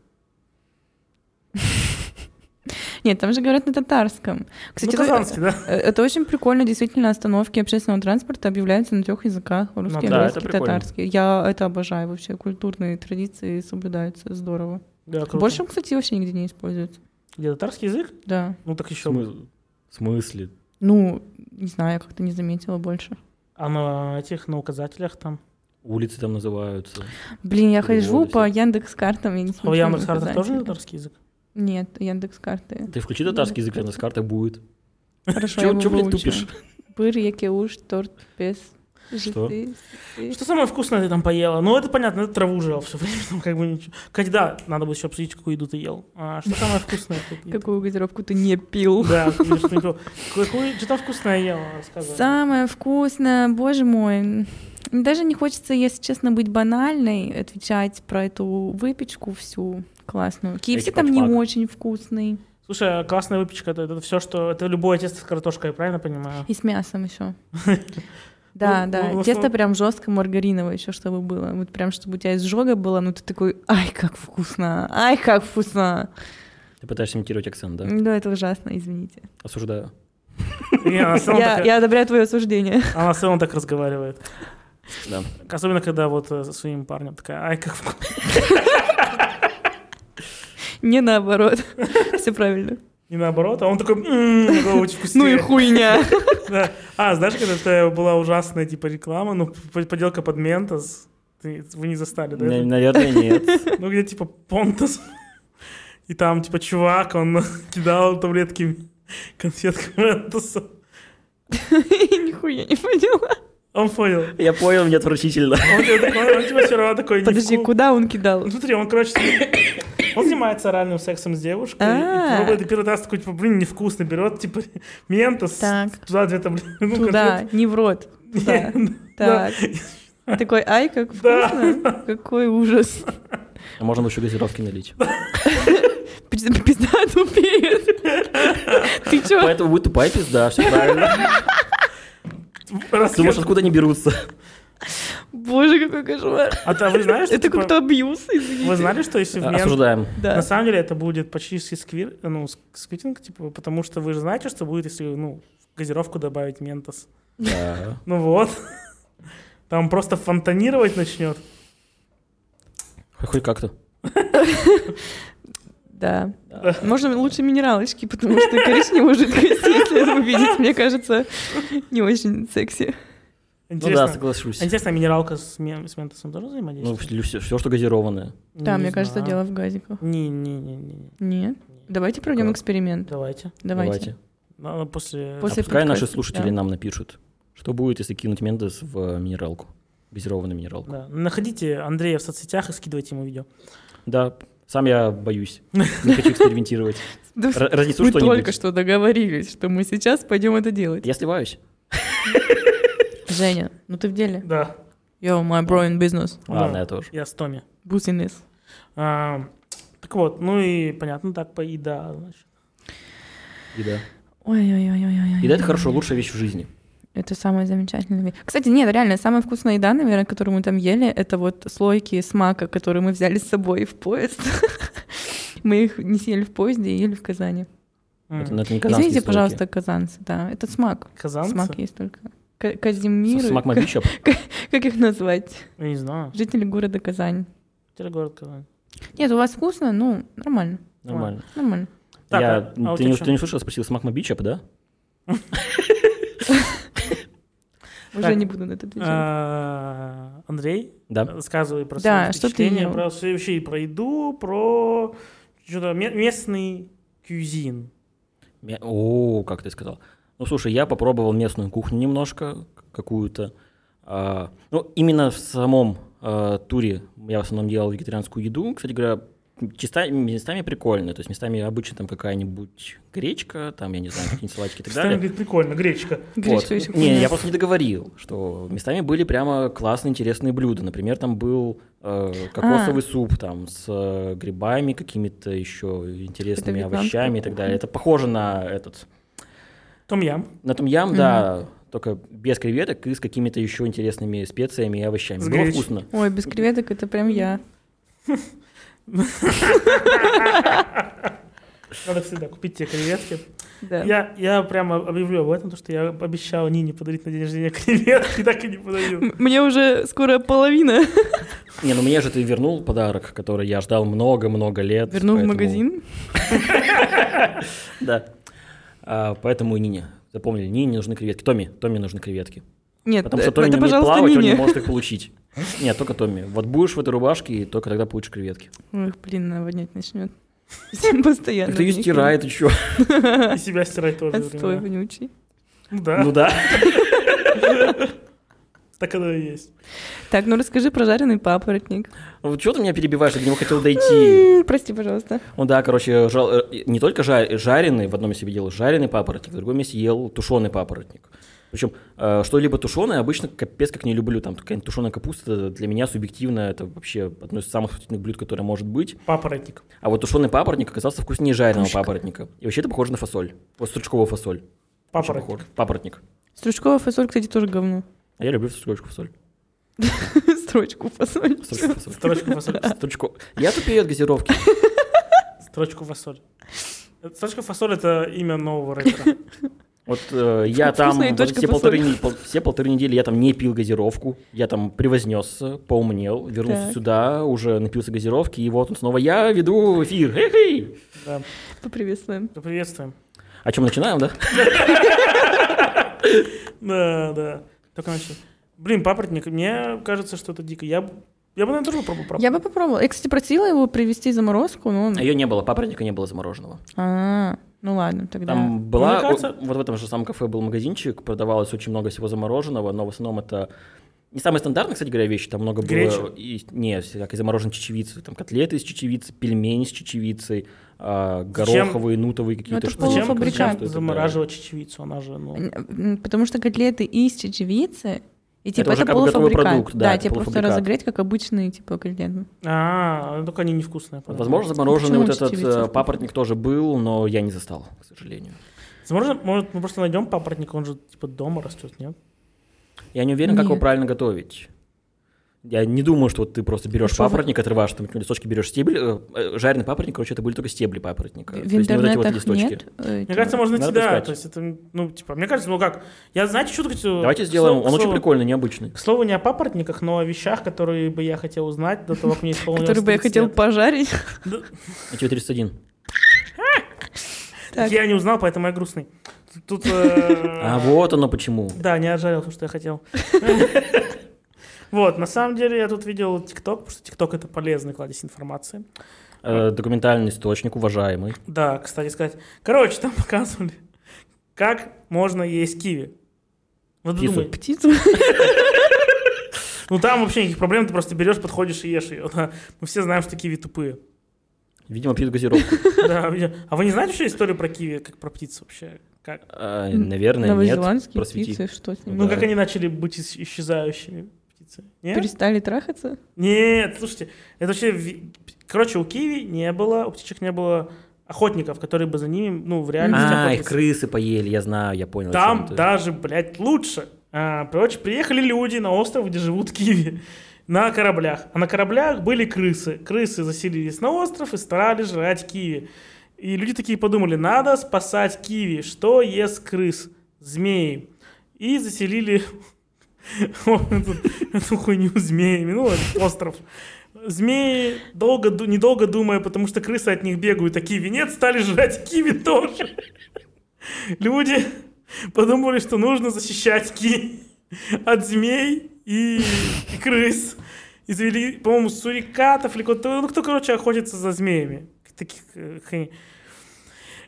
Speaker 3: Нет, там же говорят на татарском. Кстати,
Speaker 2: ну, казанский, да?
Speaker 3: э, это очень прикольно, действительно, остановки общественного транспорта объявляются на трех языках.
Speaker 2: Ну да,
Speaker 3: Русский,
Speaker 1: это
Speaker 3: английский,
Speaker 1: прикольно.
Speaker 3: татарский. Я это обожаю вообще. Культурные традиции соблюдаются. Здорово.
Speaker 2: Да, круто.
Speaker 3: Больше, он, кстати, вообще нигде не используется.
Speaker 2: Где татарский язык?
Speaker 3: Да.
Speaker 2: Ну, так еще бы.
Speaker 1: Смы- В смысле?
Speaker 3: Ну, не знаю, я как-то не заметила больше.
Speaker 2: А на этих, на указателях там?
Speaker 1: Улицы там называются.
Speaker 3: Блин, я
Speaker 1: Переводы
Speaker 3: хожу по
Speaker 1: всякие.
Speaker 3: Яндекс картам, я не
Speaker 2: А в
Speaker 3: смотрю. на
Speaker 2: Яндекс.Картах тоже
Speaker 3: указатели.
Speaker 2: на татарский язык?
Speaker 3: Нет, Яндекс карты.
Speaker 1: Ты включи татарский язык, наверное, с карты будет.
Speaker 3: Хорошо, я
Speaker 1: Чего,
Speaker 3: его
Speaker 1: чё, блядь,
Speaker 3: выучила.
Speaker 1: тупишь?
Speaker 3: Быр, якеуш, торт, пес.
Speaker 1: Что?
Speaker 3: житы, ситы.
Speaker 2: Что самое вкусное ты там поела? Ну, это понятно, это траву жрал все время, там как бы ничего. Кстати, да, надо будет еще обсудить, какую еду ты ел. А, что самое вкусное? ты ел?
Speaker 3: Какую газировку ты не пил?
Speaker 2: Да, или что-нибудь было. Какую- что там вкусное ела, рассказывай.
Speaker 3: Самое вкусное, боже мой. Даже не хочется, если честно, быть банальной, отвечать про эту выпечку всю классную. Киевси там не
Speaker 1: пачмак.
Speaker 3: очень вкусный.
Speaker 2: Слушай, а классная выпечка, это, все, что... Это любое тесто с картошкой, я правильно понимаю?
Speaker 3: И с мясом еще. Да,
Speaker 2: Ну,
Speaker 3: да.
Speaker 2: ну, в
Speaker 3: Тесто
Speaker 2: основном-
Speaker 3: прям жестко маргариновое еще, чтобы было. Вот прям, чтобы у тебя изжога была, ну ты такой, ай, как вкусно, ай, как вкусно.
Speaker 1: Ты пытаешься имитировать акцент, да?
Speaker 3: Да, это ужасно, извините.
Speaker 1: Осуждаю.
Speaker 2: Не, она в целом
Speaker 3: Я,
Speaker 2: так-
Speaker 3: я одобряю твое осуждение.
Speaker 2: она в целом так разговаривает.
Speaker 1: Да.
Speaker 2: Особенно, когда вот э, со своим парнем такая, ай, как вкусно.
Speaker 3: Не наоборот. Все правильно.
Speaker 2: И наоборот, а он такой, «М, такой очень
Speaker 3: Ну
Speaker 2: вкуснее.
Speaker 3: и хуйня.
Speaker 2: Да. А, знаешь, когда это была ужасная типа реклама, ну, п- поделка под ментос, ты, вы не застали, да?
Speaker 1: Н- Наверное, нет.
Speaker 2: Ну, где типа Понтас. И там, типа, чувак, он кидал таблетки конфетками Понтаса.
Speaker 3: Нихуя не поняла.
Speaker 2: Он понял.
Speaker 1: Я понял, мне отвратительно.
Speaker 2: Он, типа, такой- он, типа, все равно такой... не
Speaker 3: Подожди,
Speaker 2: вку-
Speaker 3: куда он кидал?
Speaker 2: Ну, Смотри, он, короче, он занимается оральным сексом с девушкой. И
Speaker 3: А.
Speaker 2: пробует и первый раз такой, типа, блин, невкусно. Берет, типа, ментос.
Speaker 3: Так.
Speaker 2: Туда две таблетки. ну,
Speaker 3: Туда, не в рот. Туда.
Speaker 2: конфетки. Да.
Speaker 3: Так. Такой, ай, как
Speaker 2: Да.
Speaker 3: вкусно. Какой ужас.
Speaker 1: А можно еще газировки налить.
Speaker 3: Пизда пизда тупеет. Ты чё?
Speaker 1: Поэтому будет тупая пизда, все правильно. Ты
Speaker 2: Раскрыт.
Speaker 1: думаешь, откуда они берутся?
Speaker 3: Боже, какой кошмар.
Speaker 2: А то вы знали, что,
Speaker 3: Это
Speaker 2: типа,
Speaker 3: как-то абьюз, извините.
Speaker 2: Вы знали, что если в мент-
Speaker 1: А, Осуждаем.
Speaker 2: На
Speaker 3: Да.
Speaker 2: самом деле это будет почти сквир, ну, ск- сквитинг, типа, потому что вы же знаете, что будет, если, ну, газировку добавить, ментос.
Speaker 1: Да.
Speaker 2: Ну вот. Там просто фонтанировать начнет.
Speaker 1: Ну Хоть как-то. Ну
Speaker 3: Да. Можно лучше минералочки, потому что коричневую жидкость, если это увидеть, мне кажется, не очень секси.
Speaker 1: Ну да,
Speaker 2: Интересно.
Speaker 1: соглашусь.
Speaker 2: А Интересно, а минералка с, ме- с ментосом тоже
Speaker 1: Ну,
Speaker 2: взаимодействует?
Speaker 1: все, все, что газированное.
Speaker 3: Да, мне кажется, дело в газиках.
Speaker 2: Не-не-не.
Speaker 3: Нет. Давайте проведем
Speaker 1: Как?
Speaker 3: эксперимент.
Speaker 2: Давайте.
Speaker 3: Давайте.
Speaker 2: Надо после...
Speaker 3: После
Speaker 1: а пускай наши
Speaker 3: подкаста,
Speaker 1: слушатели
Speaker 3: да.
Speaker 1: нам напишут, что будет, если кинуть Мендес в э, минералку, газированную минералку.
Speaker 2: Да. Находите Андрея в соцсетях и скидывайте ему видео.
Speaker 1: Да, сам я боюсь, не хочу экспериментировать.
Speaker 3: Да
Speaker 1: Р- Разнесу
Speaker 3: Мы только
Speaker 1: что-нибудь.
Speaker 3: что договорились, что мы сейчас пойдем это делать.
Speaker 1: Я сливаюсь.
Speaker 3: Женя, ну ты в деле?
Speaker 2: Да.
Speaker 3: Yo, my bro in business.
Speaker 1: Ладно, я тоже.
Speaker 2: Я с Томи.
Speaker 3: Business.
Speaker 2: А, так вот, ну и понятно, так по еда, значит.
Speaker 1: Еда.
Speaker 3: Ой-ой-ой-ой-ой.
Speaker 1: Еда — это хорошо, лучшая вещь в жизни.
Speaker 3: Это самая замечательная вещь. Кстати, нет, реально, самая вкусная еда, наверное, которую мы там ели, это вот слойки с мака, которые мы взяли с собой в поезд. Мы их не съели в поезде, а ели в Казани.
Speaker 2: М,
Speaker 1: Это, но это не казанские
Speaker 3: Извините,
Speaker 1: слойки.
Speaker 3: пожалуйста, казанцы, да. Это смак.
Speaker 2: Казанцы?
Speaker 3: Смак есть только. К-
Speaker 1: С-
Speaker 3: Казимиры.
Speaker 1: Смак
Speaker 3: Как-
Speaker 1: Мабича.
Speaker 3: Как их назвать?
Speaker 2: Я не знаю.
Speaker 3: Жители города Казань.
Speaker 2: Теперь город Казань.
Speaker 3: Нет, у вас вкусно, ну, нормально,
Speaker 1: Нормально.
Speaker 3: нормально.
Speaker 2: Так,
Speaker 1: Я-
Speaker 2: а- а
Speaker 1: ты,
Speaker 2: вот
Speaker 1: не,
Speaker 2: ты чё?
Speaker 1: ты не слышал, я спросил, смак Мабича, да?
Speaker 3: Уже
Speaker 2: Так,
Speaker 3: не буду на это отвечать.
Speaker 2: А, Андрей,
Speaker 1: Да.
Speaker 2: рассказывай про свои
Speaker 3: Да, что ты
Speaker 2: впечатления,
Speaker 3: ел?
Speaker 2: про свои вообще и про еду, про что-то ме- местный кюзин.
Speaker 1: Мя- О, как ты сказал. Ну, слушай, я попробовал местную кухню немножко, к- какую-то. А, ну, именно в самом а, туре я в основном делал вегетарианскую еду. Кстати говоря, чиста- местами прикольно. То есть местами обычно там какая-нибудь гречка, там, я не знаю, какие-нибудь салатики и так
Speaker 2: Постоянно
Speaker 1: далее.
Speaker 2: говорит, прикольно, гречка.
Speaker 3: Гречка
Speaker 1: Вот.
Speaker 3: еще
Speaker 1: Не, я
Speaker 3: вкуснее.
Speaker 1: просто не договорил, что местами были прямо классные, интересные блюда. Например, там был э, кокосовый
Speaker 3: А.
Speaker 1: суп там с э, грибами, какими-то еще интересными
Speaker 3: вьетнамская
Speaker 1: овощами и так далее. Это
Speaker 3: кухня.
Speaker 1: похоже на этот
Speaker 2: Том ям.
Speaker 1: на том ям,
Speaker 3: Мгм.
Speaker 1: да, только без креветок и с какими-то еще интересными специями и овощами.
Speaker 2: С
Speaker 1: Было
Speaker 2: гречей.
Speaker 1: вкусно.
Speaker 3: Ой, без креветок это прям я.
Speaker 2: Надо всегда купить тебе креветки.
Speaker 3: Да.
Speaker 2: Я, я прямо объявлю об этом, потому что я обещал Нине подарить на день рождения креветки, так и не подарил.
Speaker 3: М- Мне уже скоро половина.
Speaker 1: Не, ну мне же ты вернул подарок, который я ждал много-много лет.
Speaker 3: Вернул в
Speaker 1: поэтому-
Speaker 3: магазин.
Speaker 1: Да. А, поэтому и Нине. Запомнили, Нине нужны креветки. Томми, Томми нужны креветки.
Speaker 3: Нет,
Speaker 1: Потому
Speaker 3: э,
Speaker 1: что Томми не
Speaker 3: это,
Speaker 1: умеет
Speaker 3: пожалуйста,
Speaker 1: плавать, он не
Speaker 3: Нине.
Speaker 1: может их получить. Нет, только Томми. Вот будешь в этой рубашке, и только тогда получишь креветки.
Speaker 3: Ой, блин, наводнять начнет. Всем постоянно.
Speaker 1: Кто ее
Speaker 3: мне
Speaker 1: стирает еще?
Speaker 2: И себя стирать тоже.
Speaker 3: кажется, Отстой
Speaker 2: временами.
Speaker 3: вонючий.
Speaker 2: Ну
Speaker 1: Ну
Speaker 2: да,
Speaker 1: да.
Speaker 2: так оно и есть.
Speaker 3: Так, ну расскажи про жареный папоротник.
Speaker 1: Вот чего ты меня перебиваешь, я к нему хотел дойти.
Speaker 3: М, Прости, пожалуйста.
Speaker 1: Ну да, короче, жал- э, не только жа- жареный, в одном месте ел жареный папоротник, в другом месте ел тушеный папоротник. Причем э, что-либо тушеное обычно капец как не люблю. Там какая-нибудь тушеная капуста для меня субъективно это вообще одно из самых вкусных блюд, которое может быть.
Speaker 2: Папоротник.
Speaker 1: А вот тушеный папоротник оказался вкуснее жареного папоротника. И вообще это похоже на фасоль. Вот стручковая фасоль. Очень
Speaker 2: Папоротник.
Speaker 1: похоже. Папоротник.
Speaker 3: Стручковая фасоль, кстати, тоже говно.
Speaker 1: А я люблю стручковочку фасоль.
Speaker 3: Строчку фасоль.
Speaker 1: Стручку фасоль.
Speaker 2: Строчку фасоль.
Speaker 1: Стручко. Я тупее от газировки.
Speaker 2: Строчку фасоль. Э, Строчка фасоль это имя нового рэпера.
Speaker 1: Вот э, я там
Speaker 3: Вкусная
Speaker 1: вот
Speaker 3: точка
Speaker 1: все полторы,
Speaker 3: фасоли.
Speaker 1: не- пол- все полторы недели я там не пил газировку, я там превознесся, поумнел, вернулся
Speaker 3: Так.
Speaker 1: сюда, уже напился газировки, и вот он снова я веду эфир. Хе-хей!
Speaker 2: Да.
Speaker 3: Поприветствуем.
Speaker 2: Да, Приветствуем.
Speaker 1: О чем начинаем, да?
Speaker 2: Да, да. Только начали. Блин, папоротник, мне кажется, что это дико. Я, б- я бы, наверное, тоже попробовал. пап-
Speaker 3: Я бы попробовала. Я, кстати, просила его привезти заморозку, но он...
Speaker 1: А ее не было, папоротника не было замороженного.
Speaker 3: А, ну ладно, тогда...
Speaker 1: Там была,
Speaker 2: мне кажется-
Speaker 1: о- вот в этом же самом кафе был магазинчик, продавалось очень много всего замороженного, но в основном это не самые стандартные, кстати говоря, вещи, там много
Speaker 2: Греча?
Speaker 1: было, и, не, всякой замороженной чечевицы, там котлеты из чечевицы, пельмени с чечевицей, а,
Speaker 2: Зачем? Ну,
Speaker 1: гороховые, нутовые какие-то
Speaker 3: это ж
Speaker 1: штуки.
Speaker 2: Зачем
Speaker 3: полуфабрикат.
Speaker 1: Зачем
Speaker 2: зачем
Speaker 1: стоит это, да.
Speaker 2: замораживать чечевицу? Она же, ну...
Speaker 3: Н- м, Потому что котлеты из чечевицы, и типа
Speaker 1: уже
Speaker 3: это,
Speaker 1: как бы готовый
Speaker 3: полуфабрикат.
Speaker 1: продукт, да, это
Speaker 3: тебе просто
Speaker 1: полуфабрикат.
Speaker 3: разогреть, как обычные типа котлеты.
Speaker 2: А, ну, только они невкусные. правда.
Speaker 1: Возможно, замороженный
Speaker 3: Почему
Speaker 1: вот этот
Speaker 3: чечевица
Speaker 1: э,
Speaker 3: вкусная?
Speaker 1: папоротник тоже был, но я не застал, к сожалению.
Speaker 2: Возможно, может, мы просто найдем папоротник, он же, типа, дома растет, нет?
Speaker 1: Я не уверен, как его
Speaker 3: Нет.
Speaker 1: правильно готовить. Я не думаю, что вот ты просто берешь
Speaker 3: Хорошо, вы-
Speaker 1: папоротник, отрываешь там какие-нибудь листочки, берешь стебель. э, э, Жареный папоротник, короче, это были только стебли папоротника. То
Speaker 3: В
Speaker 1: есть не вот эти вот
Speaker 3: интернетах
Speaker 1: листочки.
Speaker 3: нет. э,
Speaker 2: Мне кажется, можно идти,
Speaker 1: Надо
Speaker 2: да.
Speaker 1: поискать.
Speaker 2: То есть это, ну, типа, мне кажется, ну как, я, знаете, что
Speaker 1: Давайте сделаем. Он очень прикольный, необычный.
Speaker 2: К слову, не о папоротниках, но о вещах, которые бы я хотел узнать до того, как мне исполнилось
Speaker 3: Который бы я
Speaker 2: 30
Speaker 3: хотел
Speaker 2: лет.
Speaker 3: пожарить.
Speaker 2: Да,
Speaker 1: А тебе 31.
Speaker 3: Так.
Speaker 2: Я не узнал, поэтому я грустный. Тут... э,
Speaker 1: А вот оно почему.
Speaker 2: Да, не ожарил то, что я хотел. Вот, на самом деле я тут видел ТикТок, потому что ТикТок это полезный кладезь информации.
Speaker 1: Э, Документальный источник, уважаемый.
Speaker 2: Да, кстати сказать. Короче, там показывали, как можно есть киви. Вот
Speaker 1: Птицу.
Speaker 2: думай,
Speaker 3: Птицу.
Speaker 2: ну там вообще никаких проблем, ты просто берешь, подходишь и ешь ее. да. Мы все знаем, что киви тупые.
Speaker 1: Видимо, пьют газировку.
Speaker 2: Да, видимо. а вы не знаете вообще историю про киви, как про птицу вообще? Как?
Speaker 1: А,
Speaker 3: М,
Speaker 1: Наверное, нет.
Speaker 3: Новозеландские
Speaker 1: Просвети.
Speaker 3: птицы, что с ними?
Speaker 2: Ну,
Speaker 1: Да.
Speaker 2: как они начали быть ис- исчезающими птицы? Нет?
Speaker 3: Перестали трахаться?
Speaker 2: Нет, слушайте, это вообще... ви- Короче, у киви не было, у птичек не было охотников, которые бы за ними, ну, в реальности
Speaker 1: А, их
Speaker 2: охотились.
Speaker 1: крысы поели, я знаю, я понял. о
Speaker 2: Там
Speaker 1: чём ты.
Speaker 2: даже, блядь, лучше. А, Короче, приехали люди на остров, где живут киви, на кораблях. А на кораблях были крысы. Крысы заселились на остров и стали жрать киви. И люди такие подумали, надо спасать киви. Что ест крыс? Змеи. И заселили эту эту хуйню змеями, ну, этот остров. Змеи, долго, ду- недолго думая, потому что крысы от них бегают, а киви нет, стали жрать киви тоже. Люди подумали, что нужно защищать Ки от змей и, и крыс. И завели, по-моему, сурикатов или кто-то. Ну, кто, короче, охотится за змеями. Таких э, хрень.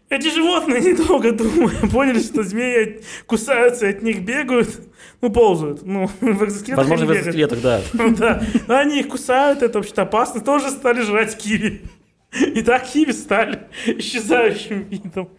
Speaker 2: Эти животные, недолго думая, поняли, что змеи кусаются, и от них бегают, ну, ползают. Ну, в экзоскелетах
Speaker 1: Возможно,
Speaker 2: они
Speaker 1: в
Speaker 2: бегают.
Speaker 1: экзоскелетах, да.
Speaker 2: Ну Да, Но они их кусают, это вообще-то опасно, тоже стали жрать киви. И так киви стали исчезающим видом.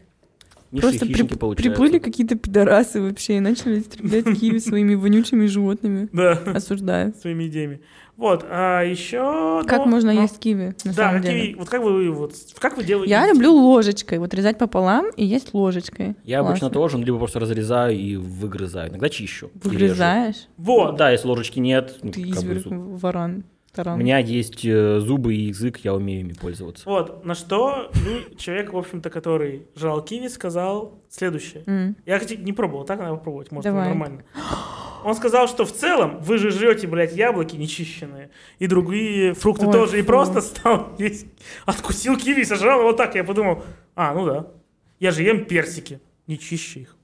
Speaker 1: Низшие
Speaker 3: Просто
Speaker 1: хищники
Speaker 3: при-
Speaker 1: получаются.
Speaker 3: приплыли какие-то пидорасы вообще и начали истреблять киви своими вонючими животными.
Speaker 2: Да.
Speaker 3: Осуждаю.
Speaker 2: своими идеями. Вот, а еще...
Speaker 3: Как
Speaker 2: ну,
Speaker 3: можно
Speaker 2: ну,
Speaker 3: есть киви,
Speaker 2: Да,
Speaker 3: на самом
Speaker 2: какие-
Speaker 3: деле?
Speaker 2: вот как вы вот, как вы делаете?
Speaker 3: Я люблю ложечкой, вот резать пополам и есть ложечкой.
Speaker 1: Я обычно
Speaker 3: Классно.
Speaker 1: должен, либо просто разрезаю и выгрызаю. Иногда чищу. и режу.
Speaker 3: Выгрызаешь?
Speaker 1: Вот,
Speaker 2: Вот,
Speaker 1: да, если ложечки нет, ну,
Speaker 3: Ты
Speaker 1: как бы
Speaker 3: изверг,
Speaker 1: зуб.
Speaker 3: варан,
Speaker 1: у
Speaker 3: таран.
Speaker 1: меня есть э, зубы и язык, я умею ими пользоваться.
Speaker 2: вот, на что лю- человек, в общем-то, который жрал киви, сказал следующее.
Speaker 3: М.
Speaker 2: Я, кстати, не пробовал, так надо попробовать, может,
Speaker 3: Давай.
Speaker 2: нормально. Он сказал, что в целом вы же жрете, блядь, яблоки нечищенные и другие фрукты
Speaker 3: Ой,
Speaker 2: тоже, и
Speaker 3: фу.
Speaker 2: просто стал есть, откусил киви и сожрал вот так. Я подумал, а, ну да, я же ем персики, не чище их.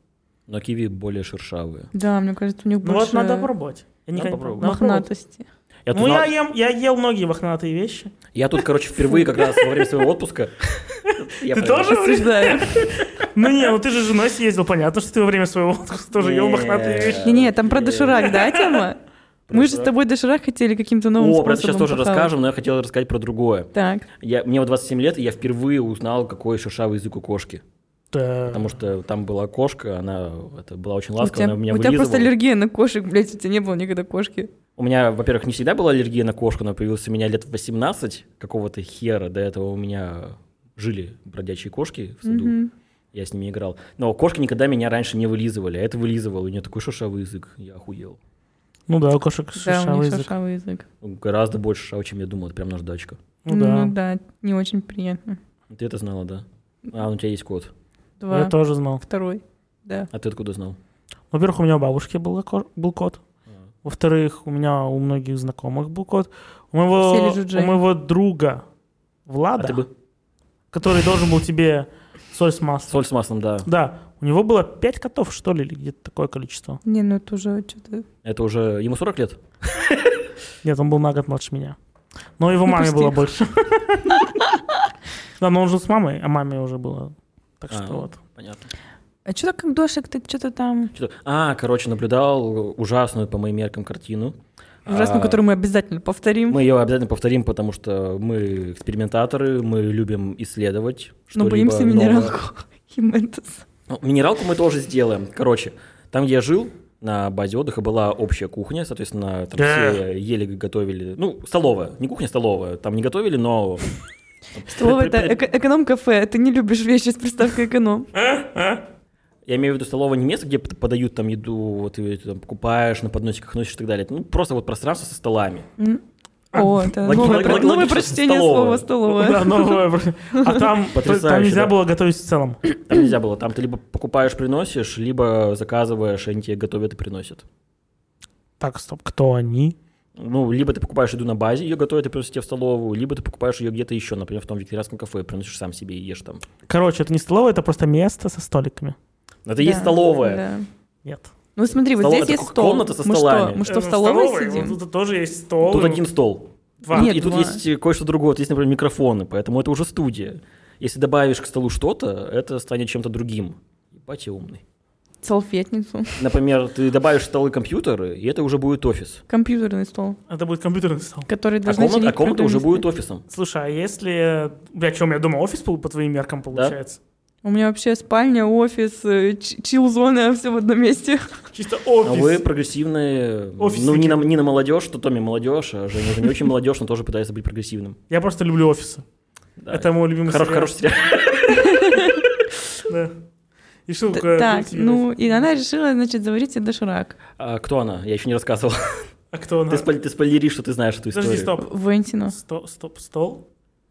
Speaker 1: Но киви более шершавые.
Speaker 3: Да, мне кажется, у них
Speaker 2: Ну вот
Speaker 3: больше
Speaker 2: надо пробовать. Я
Speaker 1: Надо
Speaker 2: никогда не
Speaker 1: попробовать.
Speaker 2: пробовал. Надо пробовать.
Speaker 3: мохнатости.
Speaker 1: Я тут,
Speaker 2: ну,
Speaker 1: на-
Speaker 2: я, ем, я ел многие мохнатые вещи.
Speaker 1: я тут, короче, впервые как раз во время своего отпуска. Я
Speaker 2: Ты
Speaker 1: проверил.
Speaker 2: тоже?
Speaker 3: Осуждаю.
Speaker 2: Ну не, ну ты же с женой съездил, понятно, что ты во время своего отпуска тоже ел мохнатые
Speaker 1: Не.
Speaker 2: вещи.
Speaker 3: Не-не, там про доширак, да, тема?
Speaker 1: Э, Про
Speaker 3: Мы же с
Speaker 1: доширак.
Speaker 3: тобой доширак хотели каким-то новым
Speaker 1: О, про это
Speaker 3: Ну, способом
Speaker 1: сейчас тоже
Speaker 3: похавать.
Speaker 1: расскажем, но я хотел рассказать про другое.
Speaker 3: Так,
Speaker 1: Я, мне вот 27 лет, и я впервые узнал, какой шершавый язык у кошки. Потому что там была кошка, она это, была очень
Speaker 3: у
Speaker 1: ласковая,
Speaker 3: тебя,
Speaker 1: она меня
Speaker 3: у тебя просто
Speaker 1: вылизывала.
Speaker 3: аллергия на кошек, блядь, у тебя не было никогда кошки.
Speaker 1: У меня, во-первых, не всегда была аллергия на кошку, она появилась у меня лет в 18, какого-то хера. До этого у меня жили бродячие кошки в саду,
Speaker 3: Мгм.
Speaker 1: я с ними играл. Но кошки никогда меня раньше не вылизывали, а это вылизывало, и у нее такой шершавый язык, я охуел.
Speaker 2: Ну да, у кошек
Speaker 3: Да, у
Speaker 2: шершавый
Speaker 3: них
Speaker 2: язык.
Speaker 3: шершавый язык.
Speaker 1: Ну, Гораздо больше шершавый, чем я думал, это прям наждачка.
Speaker 2: Ну да.
Speaker 3: Ну да, не очень приятно.
Speaker 1: Ты это знала, да? А, у тебя есть кот.
Speaker 2: Я
Speaker 3: Два,
Speaker 2: тоже знал.
Speaker 3: второй, да.
Speaker 1: А ты откуда знал?
Speaker 2: Во-первых, у меня у бабушки был, ко- был кот. Во-вторых, у меня у многих знакомых был кот. У моего,
Speaker 3: Все лежат
Speaker 2: у
Speaker 3: Женя.
Speaker 2: моего друга
Speaker 1: А
Speaker 2: Влада,
Speaker 1: ты бы?
Speaker 2: который должен был тебе соль с маслом.
Speaker 1: Соль с маслом, да.
Speaker 2: Да, у него было пять котов, что ли, или где-то такое количество.
Speaker 3: Не, ну это уже что-то...
Speaker 1: Это уже... Ему 40 лет?
Speaker 2: Нет, он был на год младше меня. Но его
Speaker 3: Ну,
Speaker 2: маме
Speaker 3: почти.
Speaker 2: было больше. Да, но он жил с мамой, а маме уже было. Так
Speaker 1: А.
Speaker 2: что вот.
Speaker 1: Понятно.
Speaker 3: А что так как дошек, ты что-то там...
Speaker 1: Чё-то- А, короче, наблюдал ужасную по моим меркам картину.
Speaker 3: Ужасную,
Speaker 1: А,
Speaker 3: которую мы обязательно повторим.
Speaker 1: Мы ее обязательно повторим, потому что мы экспериментаторы, мы любим исследовать.
Speaker 3: Но
Speaker 1: что-либо
Speaker 3: боимся
Speaker 1: новое.
Speaker 3: минералку и Ментос.
Speaker 1: Ну, минералку мы тоже сделаем. Короче, там, где я жил, на базе отдыха была общая кухня, соответственно, там
Speaker 2: Да.
Speaker 1: все ели готовили. Ну, столовая, не кухня, столовая. Там не готовили, но... а
Speaker 3: Столовая — это эко- эконом-кафе. Ты не любишь вещи с приставкой эконом.
Speaker 1: Я имею в виду столовое не место, где п- подают там еду, вот ты там покупаешь, на подносиках носишь и так далее. Ну, просто вот пространство со столами.
Speaker 3: М.
Speaker 1: А,
Speaker 3: О, это
Speaker 1: логи-
Speaker 3: новое
Speaker 1: логи-
Speaker 3: про- новое
Speaker 1: логично,
Speaker 3: прочтение слова
Speaker 1: столовое.
Speaker 3: столовое.
Speaker 2: Да, новое. А там, там
Speaker 1: Потрясающе,
Speaker 2: нельзя
Speaker 1: да.
Speaker 2: было готовить в целом.
Speaker 1: Там нельзя было. Там ты либо покупаешь, приносишь, либо заказываешь, и они тебе готовят и приносят.
Speaker 2: Так, стоп, кто они?
Speaker 1: Ну, либо ты покупаешь еду на базе, ее готовят и приносят тебе в столовую, либо ты покупаешь ее где-то еще, например, в том вегетарианском кафе, и приносишь сам себе и ешь там.
Speaker 2: Короче, это не столовая, это просто место со столиками.
Speaker 1: Но это и есть столовая.
Speaker 3: Да.
Speaker 2: Нет.
Speaker 3: Ну смотри, вот
Speaker 1: Столовая
Speaker 3: здесь
Speaker 1: это
Speaker 3: есть
Speaker 1: как
Speaker 3: стол.
Speaker 1: комната со
Speaker 3: Мы что,
Speaker 1: столами.
Speaker 3: мы что, в
Speaker 2: Э,
Speaker 3: столовой сидим?
Speaker 2: вот Тут тоже есть стол. ну,
Speaker 1: Тут один стол.
Speaker 2: Два.
Speaker 3: Нет,
Speaker 1: и тут
Speaker 3: два.
Speaker 1: есть э, кое-что другое. Вот есть, например, микрофоны, поэтому это уже студия. Если добавишь к столу что-то, это станет чем-то другим. Ебать, я умный.
Speaker 3: Салфетницу.
Speaker 1: Например, ты добавишь в столы компьютеры, и это уже будет офис.
Speaker 3: Компьютерный стол,
Speaker 2: Это будет компьютерный стол.
Speaker 3: который
Speaker 1: А
Speaker 3: должны
Speaker 1: комната, а
Speaker 3: чинить
Speaker 1: комната уже
Speaker 3: программисты.
Speaker 1: будет офисом.
Speaker 2: Слушай, а если... Бля, чем я думал, офис по, по твоим меркам получается?
Speaker 3: У меня вообще спальня, офис, э, ч- чил-зона, все в одном месте.
Speaker 2: Чисто
Speaker 1: А вы
Speaker 2: офис.
Speaker 1: прогрессивные, ну
Speaker 2: Офисники.
Speaker 1: не на, не на молодежь, что Томми молодежь, а Женя уже не очень молодежь, но тоже пытается быть прогрессивным.
Speaker 2: Я просто люблю офисы.
Speaker 1: Да.
Speaker 2: Это мой любимый
Speaker 1: Хорош,
Speaker 2: сериал.
Speaker 1: хороший сериал.
Speaker 2: Да. И что
Speaker 3: Т-
Speaker 2: такое
Speaker 3: Так,
Speaker 2: культивность?
Speaker 3: ну и она решила, значит, заварить себе доширак.
Speaker 1: А кто она? Я еще не рассказывал.
Speaker 2: А кто она?
Speaker 1: Ты, спойлеришь, ты спойлеришь, что ты знаешь эту историю.
Speaker 2: Подожди, стоп.
Speaker 3: Вентину.
Speaker 2: Сто- Стоп, стол?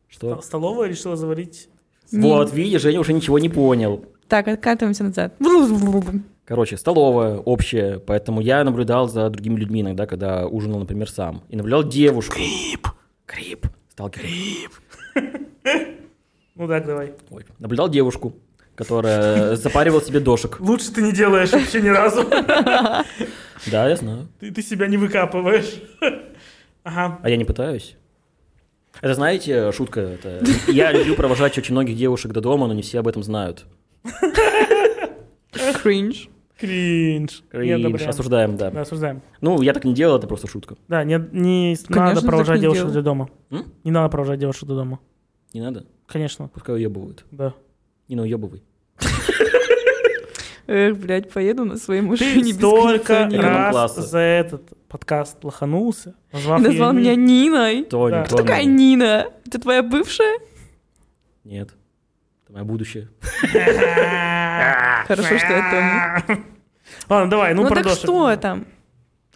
Speaker 1: Что?
Speaker 2: Столовая решила заварить?
Speaker 1: Вот, видишь, Женя уже ничего не понял.
Speaker 3: Так, откатываемся назад.
Speaker 1: Короче, столовая общая, поэтому я наблюдал за другими людьми иногда, когда ужинал, например, сам. И наблюдал девушку. Крип. Крип. Сталкер.
Speaker 2: Ну так, давай.
Speaker 1: Ой. Наблюдал девушку, которая запаривала себе дошек.
Speaker 2: Лучше ты не делаешь вообще ни разу.
Speaker 1: Да, я знаю.
Speaker 2: Ты, ты себя не выкапываешь. Ага.
Speaker 1: А я не пытаюсь. Это, знаете, шутка. это- Я люблю провожать очень многих девушек до дома, но не все об этом знают.
Speaker 3: Кринж.
Speaker 2: Кринж. Не
Speaker 1: Кринж,
Speaker 2: одобряем.
Speaker 1: осуждаем,
Speaker 2: Да,
Speaker 1: да.
Speaker 2: осуждаем.
Speaker 1: Ну, я так не делал, это просто шутка.
Speaker 2: Да, не, не
Speaker 3: Конечно,
Speaker 2: надо
Speaker 3: так
Speaker 2: провожать
Speaker 3: не
Speaker 2: девушек
Speaker 3: делай.
Speaker 2: до дома.
Speaker 1: М?
Speaker 2: Не надо провожать девушек до дома.
Speaker 1: Не надо?
Speaker 2: Конечно,
Speaker 1: Пускай уебывают.
Speaker 2: да.
Speaker 1: Не науебывай.
Speaker 3: Эх, блядь, поеду на своей
Speaker 2: Ты
Speaker 3: машине без
Speaker 2: столько
Speaker 3: кондиционера.
Speaker 1: Эконом
Speaker 2: раз
Speaker 1: класса.
Speaker 2: за этот подкаст лоханулся, назвав
Speaker 3: И Назвал
Speaker 2: её
Speaker 3: меня
Speaker 2: Ни-
Speaker 3: Ниной.
Speaker 1: Тони,
Speaker 2: Да.
Speaker 1: Тони.
Speaker 3: Какая Нина? Это твоя бывшая?
Speaker 1: Нет. Это мое будущее.
Speaker 3: Хорошо, что я Тони.
Speaker 2: Ладно, давай, ну,
Speaker 3: Ну
Speaker 2: про
Speaker 3: так
Speaker 2: дошек.
Speaker 3: что там?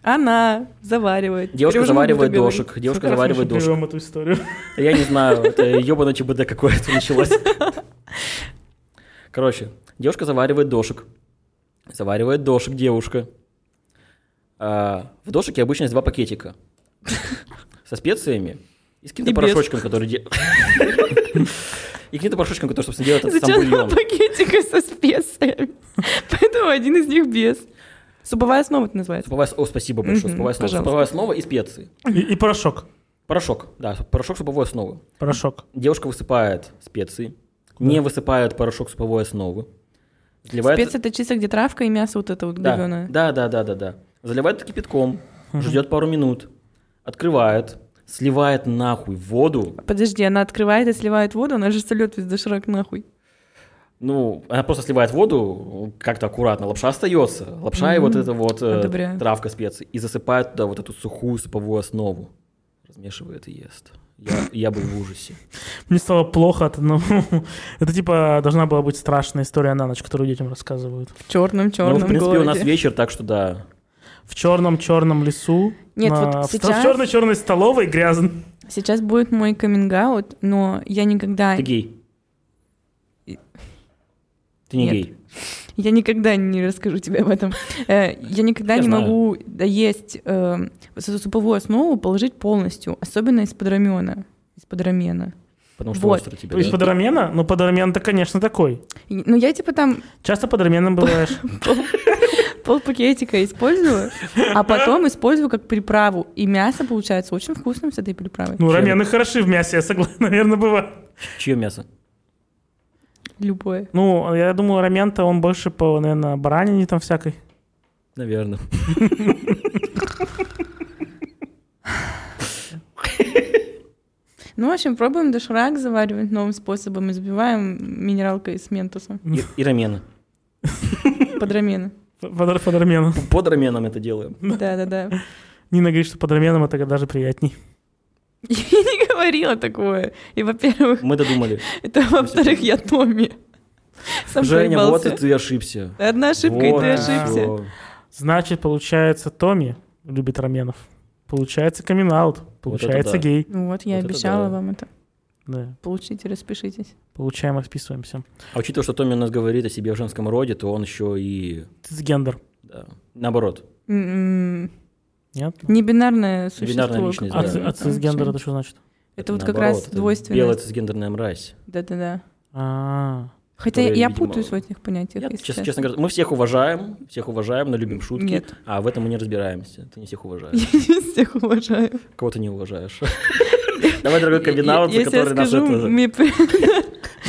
Speaker 3: Она заваривает.
Speaker 1: Девушка
Speaker 3: Серёжа
Speaker 1: заваривает
Speaker 3: будет говорить.
Speaker 1: дошек. Девушка
Speaker 2: Сколько раз мы
Speaker 1: заваривает
Speaker 2: еще
Speaker 1: дошек.
Speaker 2: берем эту историю.
Speaker 1: Я не знаю, это ебаное ЧБД какое-то началось. Короче, девушка заваривает дошик. Заваривает дошик девушка. А, в дошике обычно есть два пакетика. Со специями и с каким-то
Speaker 3: И без.
Speaker 1: порошочком, который... де- И каким-то порошочком, который, собственно, делает этот сам
Speaker 3: Зачем два
Speaker 1: бульон.
Speaker 3: пакетика со специями? Поэтому один из них без. Суповая основа это называется.
Speaker 1: Суповая... с- О, спасибо большое.
Speaker 3: Мгм,
Speaker 1: Суповая основа.
Speaker 3: пожалуйста.
Speaker 1: Суповая основа и специи.
Speaker 2: И и порошок.
Speaker 1: Порошок, да, порошок суповой основы.
Speaker 2: Порошок.
Speaker 1: Девушка высыпает специи, не высыпает порошок суповой основы. Заливает...
Speaker 3: Спец это чисто где травка и мясо вот это вот
Speaker 1: Да,
Speaker 3: говёное.
Speaker 1: Да, да, да, да, да. Заливает это кипятком, ждет пару минут, открывает, сливает нахуй воду.
Speaker 3: Подожди, она открывает и сливает воду, она же солет весь доширак нахуй.
Speaker 1: Ну, она просто сливает воду как-то аккуратно. Лапша остается. Лапша и вот
Speaker 3: Мгм.
Speaker 1: эта вот э,
Speaker 3: Одобряю.
Speaker 1: травка специй. И засыпает туда вот эту сухую суповую основу. Размешивает и ест. Я, я был в ужасе.
Speaker 2: Мне стало плохо от одного. Это типа должна была быть страшная история на ночь, которую детям рассказывают.
Speaker 3: В черном
Speaker 1: Ну,
Speaker 3: черном
Speaker 1: в принципе, у нас
Speaker 3: городе.
Speaker 1: вечер, так что да.
Speaker 2: В черном-черном лесу.
Speaker 3: Нет,
Speaker 2: на-
Speaker 3: вот
Speaker 2: в-
Speaker 3: сейчас-
Speaker 2: В черной-черной столовой грязно.
Speaker 3: Сейчас будет мой каминг но я никогда,
Speaker 1: Ты гей. Ты не
Speaker 3: Нет.
Speaker 1: гей.
Speaker 3: я никогда не расскажу тебе об этом. Э, Я никогда
Speaker 1: Я
Speaker 3: не
Speaker 1: знаю.
Speaker 3: могу доесть э, вот эту суповую основу положить полностью, особенно из-под рамена. Из-под рамена.
Speaker 1: Потому что
Speaker 3: Вот.
Speaker 1: остро тебе.
Speaker 2: То есть
Speaker 1: да?
Speaker 2: под рамена? Ну, под рамен-то, конечно, такой.
Speaker 3: И- Ну, я типа там
Speaker 2: Часто под раменом бываешь.
Speaker 3: пол пакетика использую, а потом использую как приправу. И мясо получается очень вкусным с этой приправой.
Speaker 2: Ну,
Speaker 1: Чем?
Speaker 2: рамены хороши в мясе, я согласен, наверное, бывает.
Speaker 1: Чье мясо?
Speaker 3: Любое.
Speaker 2: Ну, я думаю, рамен-то он больше по, наверное, баранине там всякой.
Speaker 1: Наверное.
Speaker 3: Ну, в общем, пробуем доширак заваривать новым способом. Избиваем минералкой из ментоса
Speaker 1: И, и рамены.
Speaker 3: под рамены.
Speaker 2: Под, под раменом.
Speaker 1: Под раменом это делаем.
Speaker 3: Да-да-да.
Speaker 2: Нина говорит, что под раменом это даже приятней.
Speaker 3: Я не говорила такое. И, во-первых,
Speaker 1: Мы додумали.
Speaker 3: это, во-вторых, я Томми. Сам
Speaker 1: Женя, вот
Speaker 3: проебался.
Speaker 1: и ты ошибся.
Speaker 3: Одна ошибка, и
Speaker 1: Вот
Speaker 3: ты
Speaker 1: и
Speaker 3: ошибся.
Speaker 1: всё.
Speaker 2: Значит, получается, Томми любит раменов. Получается, камин Получается,
Speaker 1: да.
Speaker 2: гей.
Speaker 3: Ну вот, я
Speaker 1: Вот это
Speaker 3: обещала
Speaker 1: да.
Speaker 3: вам это.
Speaker 2: Да.
Speaker 3: Получите, распишитесь.
Speaker 2: Получаем, расписываемся.
Speaker 1: А учитывая, что Томми у нас говорит о себе в женском роде, то он еще и
Speaker 2: Цисгендер.
Speaker 1: да, наоборот.
Speaker 3: М-м,
Speaker 2: Нет?
Speaker 3: Небинарное существо.
Speaker 1: личность,
Speaker 2: А,
Speaker 1: да.
Speaker 2: ци-
Speaker 3: какое-то
Speaker 2: а цисгендер это что значит?
Speaker 3: Это вот как
Speaker 1: наоборот,
Speaker 3: раз
Speaker 1: это Белая
Speaker 3: двойственность.
Speaker 1: цисгендерная мразь.
Speaker 3: Да-да-да.
Speaker 2: А,
Speaker 3: Хотя
Speaker 1: Которая,
Speaker 3: я
Speaker 1: видимо,
Speaker 3: путаюсь в этих понятиях,
Speaker 1: Я,
Speaker 3: если
Speaker 1: честно,
Speaker 3: честно.
Speaker 1: честно говоря, мы всех уважаем, всех уважаем, но любим шутки,
Speaker 3: Нет.
Speaker 1: а в этом мы не разбираемся. Ты не всех уважаешь.
Speaker 3: Я всех уважаю.
Speaker 1: Кого ты не уважаешь? Давай, дорогой комбинаут,
Speaker 3: Если я
Speaker 1: который нас
Speaker 3: скажу,
Speaker 1: это...
Speaker 3: мне при-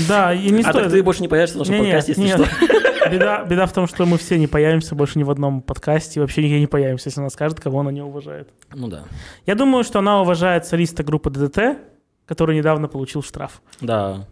Speaker 2: Да, и не
Speaker 1: А так
Speaker 2: стоит.
Speaker 1: ты больше не появишься в нашем
Speaker 2: Не-не,
Speaker 1: подкасте, если
Speaker 2: нет.
Speaker 1: что.
Speaker 2: Беда, беда в том, что мы все не появимся больше ни в одном подкасте, и вообще нигде не появимся, если она скажет, кого она не уважает.
Speaker 1: Ну да.
Speaker 2: Я думаю, что она уважает солиста группы ДДТ, который недавно получил штраф.
Speaker 1: Да.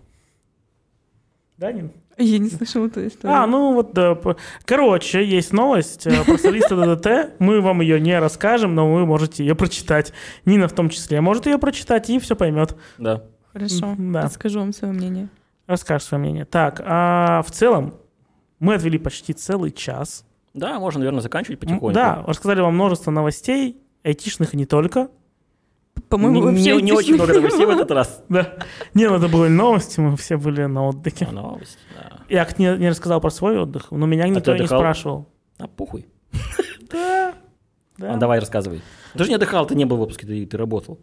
Speaker 2: Да, Нин?
Speaker 3: Я не слышала эту
Speaker 2: А,
Speaker 3: историю.
Speaker 2: ну вот, да. п- Короче, есть новость э, про солиста ДДТ. Мы вам ее не расскажем, но вы можете ее прочитать. Нина в том числе может ее прочитать и все поймет.
Speaker 1: Да.
Speaker 3: Хорошо,
Speaker 2: М, да.
Speaker 3: расскажу вам свое мнение.
Speaker 2: Расскажешь свое мнение. Так, а в целом мы отвели почти целый час.
Speaker 1: Да, можно, наверное, заканчивать
Speaker 2: М,
Speaker 1: потихоньку.
Speaker 2: Да, рассказали вам множество новостей, айтишных и не только.
Speaker 3: По-моему,
Speaker 1: Н-
Speaker 3: вообще
Speaker 1: не, не очень много новостей в этот раз.
Speaker 2: Да. Не, ну это были новости, мы все были на отдыхе.
Speaker 1: А, Новость, да.
Speaker 2: Я как не, не рассказал про свой отдых, но меня никто и не
Speaker 1: отдыхал?
Speaker 2: спрашивал.
Speaker 1: А похуй.
Speaker 2: Да. Да.
Speaker 1: А, давай, рассказывай. Ты же не отдыхал, ты не был в отпуске, ты, ты работал.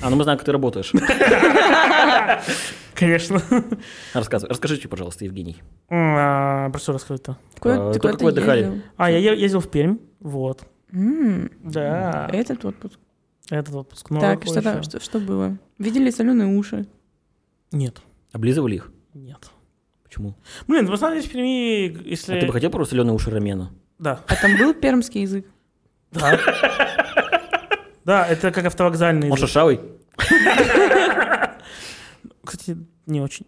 Speaker 1: А, ну мы знаем, как ты работаешь.
Speaker 2: Конечно.
Speaker 1: Рассказывай. Расскажите, пожалуйста, Евгений.
Speaker 2: М, а, Про что рассказывать-то?
Speaker 1: А,
Speaker 3: Куда
Speaker 1: это
Speaker 3: ты куда-то
Speaker 1: какой отдыхали?
Speaker 3: ездил?
Speaker 2: А, я е- ездил в Пермь, вот.
Speaker 3: М,
Speaker 1: А.
Speaker 2: Да,
Speaker 3: Этот отпуск.
Speaker 2: этот отпуск. Ну,
Speaker 3: Так,
Speaker 2: какой
Speaker 3: что
Speaker 2: еще?
Speaker 3: там, что что было? Видели соленые уши?
Speaker 2: Нет,
Speaker 1: Облизывали их?
Speaker 2: нет.
Speaker 1: Почему?
Speaker 2: Блин, вы знаете, в Перми, если...
Speaker 1: А ты бы хотел просто соленые уши рамена?
Speaker 2: Да,
Speaker 3: А там был пермский язык?
Speaker 2: да. Да, это как автовокзальный.
Speaker 1: Он
Speaker 2: язык.
Speaker 1: шершавый?
Speaker 2: Кстати, не очень.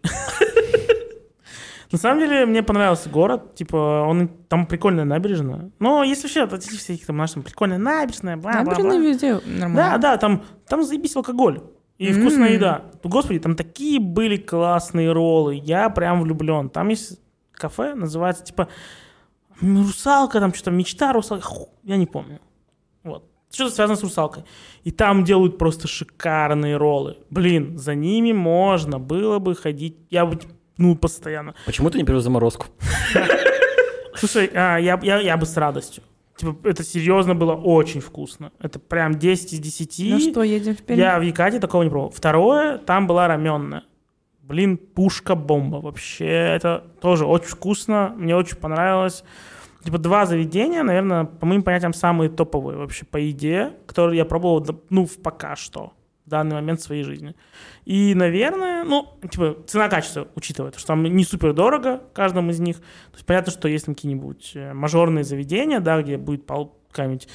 Speaker 2: На самом деле, мне понравился город. Типа, он там прикольная набережная. Но если вообще отойти всяких там нашим прикольная набережная,
Speaker 3: Набережные
Speaker 2: бла-бла-бла.
Speaker 3: везде
Speaker 2: Да,
Speaker 3: нормально.
Speaker 2: да, там, там заебись алкоголь. И
Speaker 3: М.
Speaker 2: вкусная еда. Ну, Господи, там такие были классные роллы. Я прям влюблен. Там есть кафе, называется типа Русалка, там что-то мечта, русалка. Ху, я не помню. Вот. Что-то связано с русалкой. И там делают просто шикарные роллы. Блин, за ними можно было бы ходить. Я бы, ну, постоянно.
Speaker 1: Почему ты не привез заморозку?
Speaker 2: Слушай, а, я, я, я бы с радостью. Типа, это серьезно было очень вкусно. Это прям 10 из 10.
Speaker 3: Ну что, едем в Пермь?
Speaker 2: Я в Якате такого не пробовал. Второе, там была раменная. Блин, пушка-бомба. Вообще, это тоже очень вкусно. Мне очень понравилось. Типа два заведения, наверное, по моим понятиям, самые топовые вообще по еде, которые я пробовал, да, ну, в пока что, в данный момент в своей жизни. И, наверное, ну, типа, цена-качество учитывая, то, что там не супер дорого каждому из них. То есть понятно, что есть там какие-нибудь э, мажорные заведения, да, где будет пол- какая-нибудь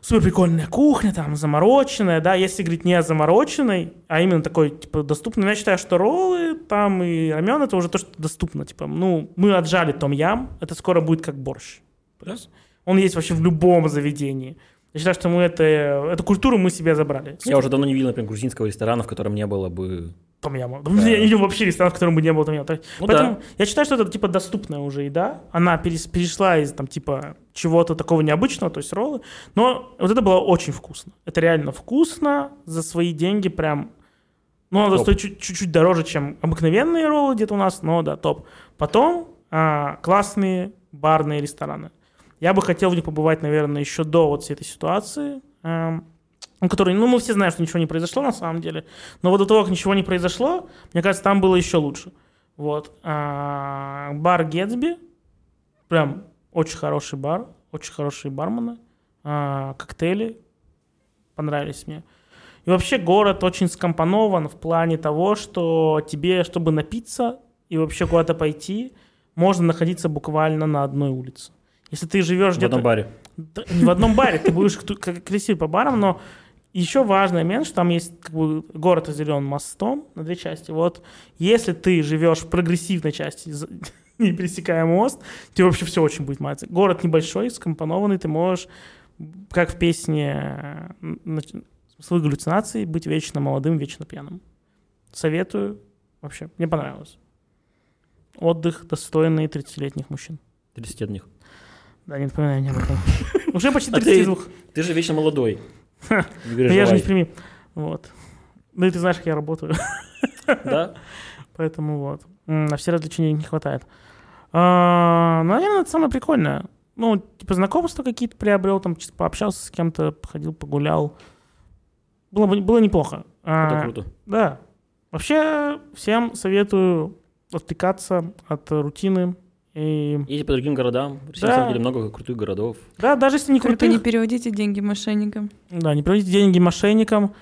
Speaker 2: супер прикольная кухня, там, замороченная, да, если говорить не о замороченной, а именно такой, типа, доступной, ну, я считаю, что роллы там и рамен это уже то, что доступно, типа, ну, мы отжали том-ям, это скоро будет как борщ. То есть Он есть вообще в любом заведении. Я считаю, что мы это, э, эту культуру мы себе забрали. Ну, типа,
Speaker 1: Я уже давно не видел, например, грузинского ресторана, в котором не было бы...
Speaker 2: Том-яма. Я не видел вообще ресторан, в котором бы не было том-яма. Так,
Speaker 1: Ну
Speaker 2: Поэтому
Speaker 1: да.
Speaker 2: я считаю, что это типа доступная уже еда. Она перес- перешла из там типа чего-то такого необычного, то есть роллы. Но вот это было очень вкусно. Это реально вкусно. За свои деньги прям... Ну, она
Speaker 1: Топ.
Speaker 2: стоит чуть- чуть-чуть дороже, чем обыкновенные роллы где-то у нас, но да, топ. Потом а, классные барные рестораны. Я бы хотел в них побывать, наверное, еще до вот всей этой ситуации. эм, ну, который, ну, мы все знаем, что ничего не произошло на самом деле, но вот до того, как ничего не произошло, мне кажется, там было еще лучше. Вот. А, Бар Гетсби. Прям очень хороший бар. Очень хорошие бармены. А, Коктейли понравились мне. И вообще город очень скомпонован в плане того, что тебе, чтобы напиться и вообще куда-то пойти, можно находиться буквально на одной улице. Если ты живешь
Speaker 1: В одном
Speaker 2: где-то...
Speaker 1: баре.
Speaker 2: Да, не в одном баре, ты будешь кту- как красив по барам, но еще важный момент, что там есть как бы, город разделен мостом на две части. Вот если ты живешь в прогрессивной части, за- не пересекая мост, тебе вообще все очень будет маться. Город небольшой, скомпонованный, ты можешь, как в песне э, нач- «Смысловые галлюцинации», быть вечно молодым, вечно пьяным. Советую. Вообще, мне понравилось. Отдых, достойный 30-летних мужчин.
Speaker 1: 30 от них.
Speaker 2: Да, не напоминаю мне об этом. Уже почти
Speaker 1: А ты-
Speaker 2: 32.
Speaker 1: Ты же вечно молодой. Не
Speaker 2: Но Ну, я же не
Speaker 1: переживай.
Speaker 2: в прими. Вот. Ну и ты знаешь, как я работаю.
Speaker 1: Да?
Speaker 2: Поэтому вот. М, На все развлечения не хватает. А, наверное, это самое прикольное. Ну, типа знакомства какие-то приобрел, там чисто пообщался с кем-то, походил, погулял. Было, бы- было неплохо. А,
Speaker 1: Это круто.
Speaker 2: Да. Вообще, всем советую отвлекаться от э, рутины. И...
Speaker 1: Ездить по другим городам. В России,
Speaker 2: Да.
Speaker 1: на самом деле, много крутых городов.
Speaker 2: Да, даже если не
Speaker 3: Только
Speaker 2: крутых,
Speaker 3: типа не переводите деньги мошенникам.
Speaker 2: да, не приводите деньги мошенникам.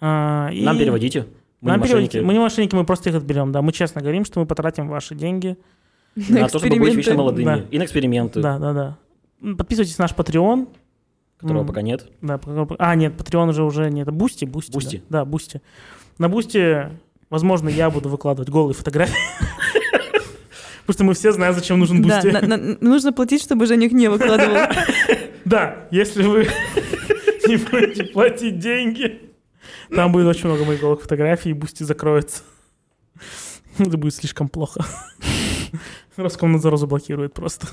Speaker 2: а, и-
Speaker 1: Нам переводите. Мы
Speaker 2: Нам
Speaker 1: не
Speaker 2: переводите.
Speaker 1: мошенники.
Speaker 2: Мы не мошенники, мы просто их отберем. Да, мы честно говорим, что мы потратим ваши деньги
Speaker 1: На то, чтобы быть вечно молодыми.
Speaker 2: Да.
Speaker 1: И на эксперименты,
Speaker 2: Да, да, да. М, Подписывайтесь на наш Patreon.
Speaker 1: которого
Speaker 2: М,
Speaker 1: пока нет.
Speaker 2: Да, по- а, нет, Patreon уже уже нет. Бусти, Бусти.
Speaker 1: Boosty.
Speaker 2: Да, Бусти. На Бусти, возможно, я буду выкладывать голые фотографии. Потому что мы все знаем, зачем нужен
Speaker 3: Да,
Speaker 2: Бусти.
Speaker 3: на- на- нужно платить, чтобы жених не выкладывал.
Speaker 2: Да, если вы не будете платить деньги, там будет очень много моих голых фотографий, и Бусти закроется. Это будет слишком плохо. Роскомнадзор заблокирует просто.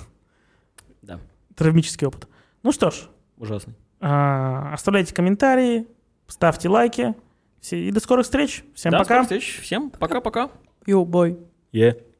Speaker 1: Да.
Speaker 2: Травмический опыт. Ну что ж,
Speaker 1: Ужасно.
Speaker 2: А, Оставляйте комментарии, ставьте лайки. Все- И до скорых встреч. Всем
Speaker 1: Да,
Speaker 2: пока.
Speaker 1: скорых встреч. Всем пока-пока.
Speaker 3: Йоу, бой.
Speaker 1: Е.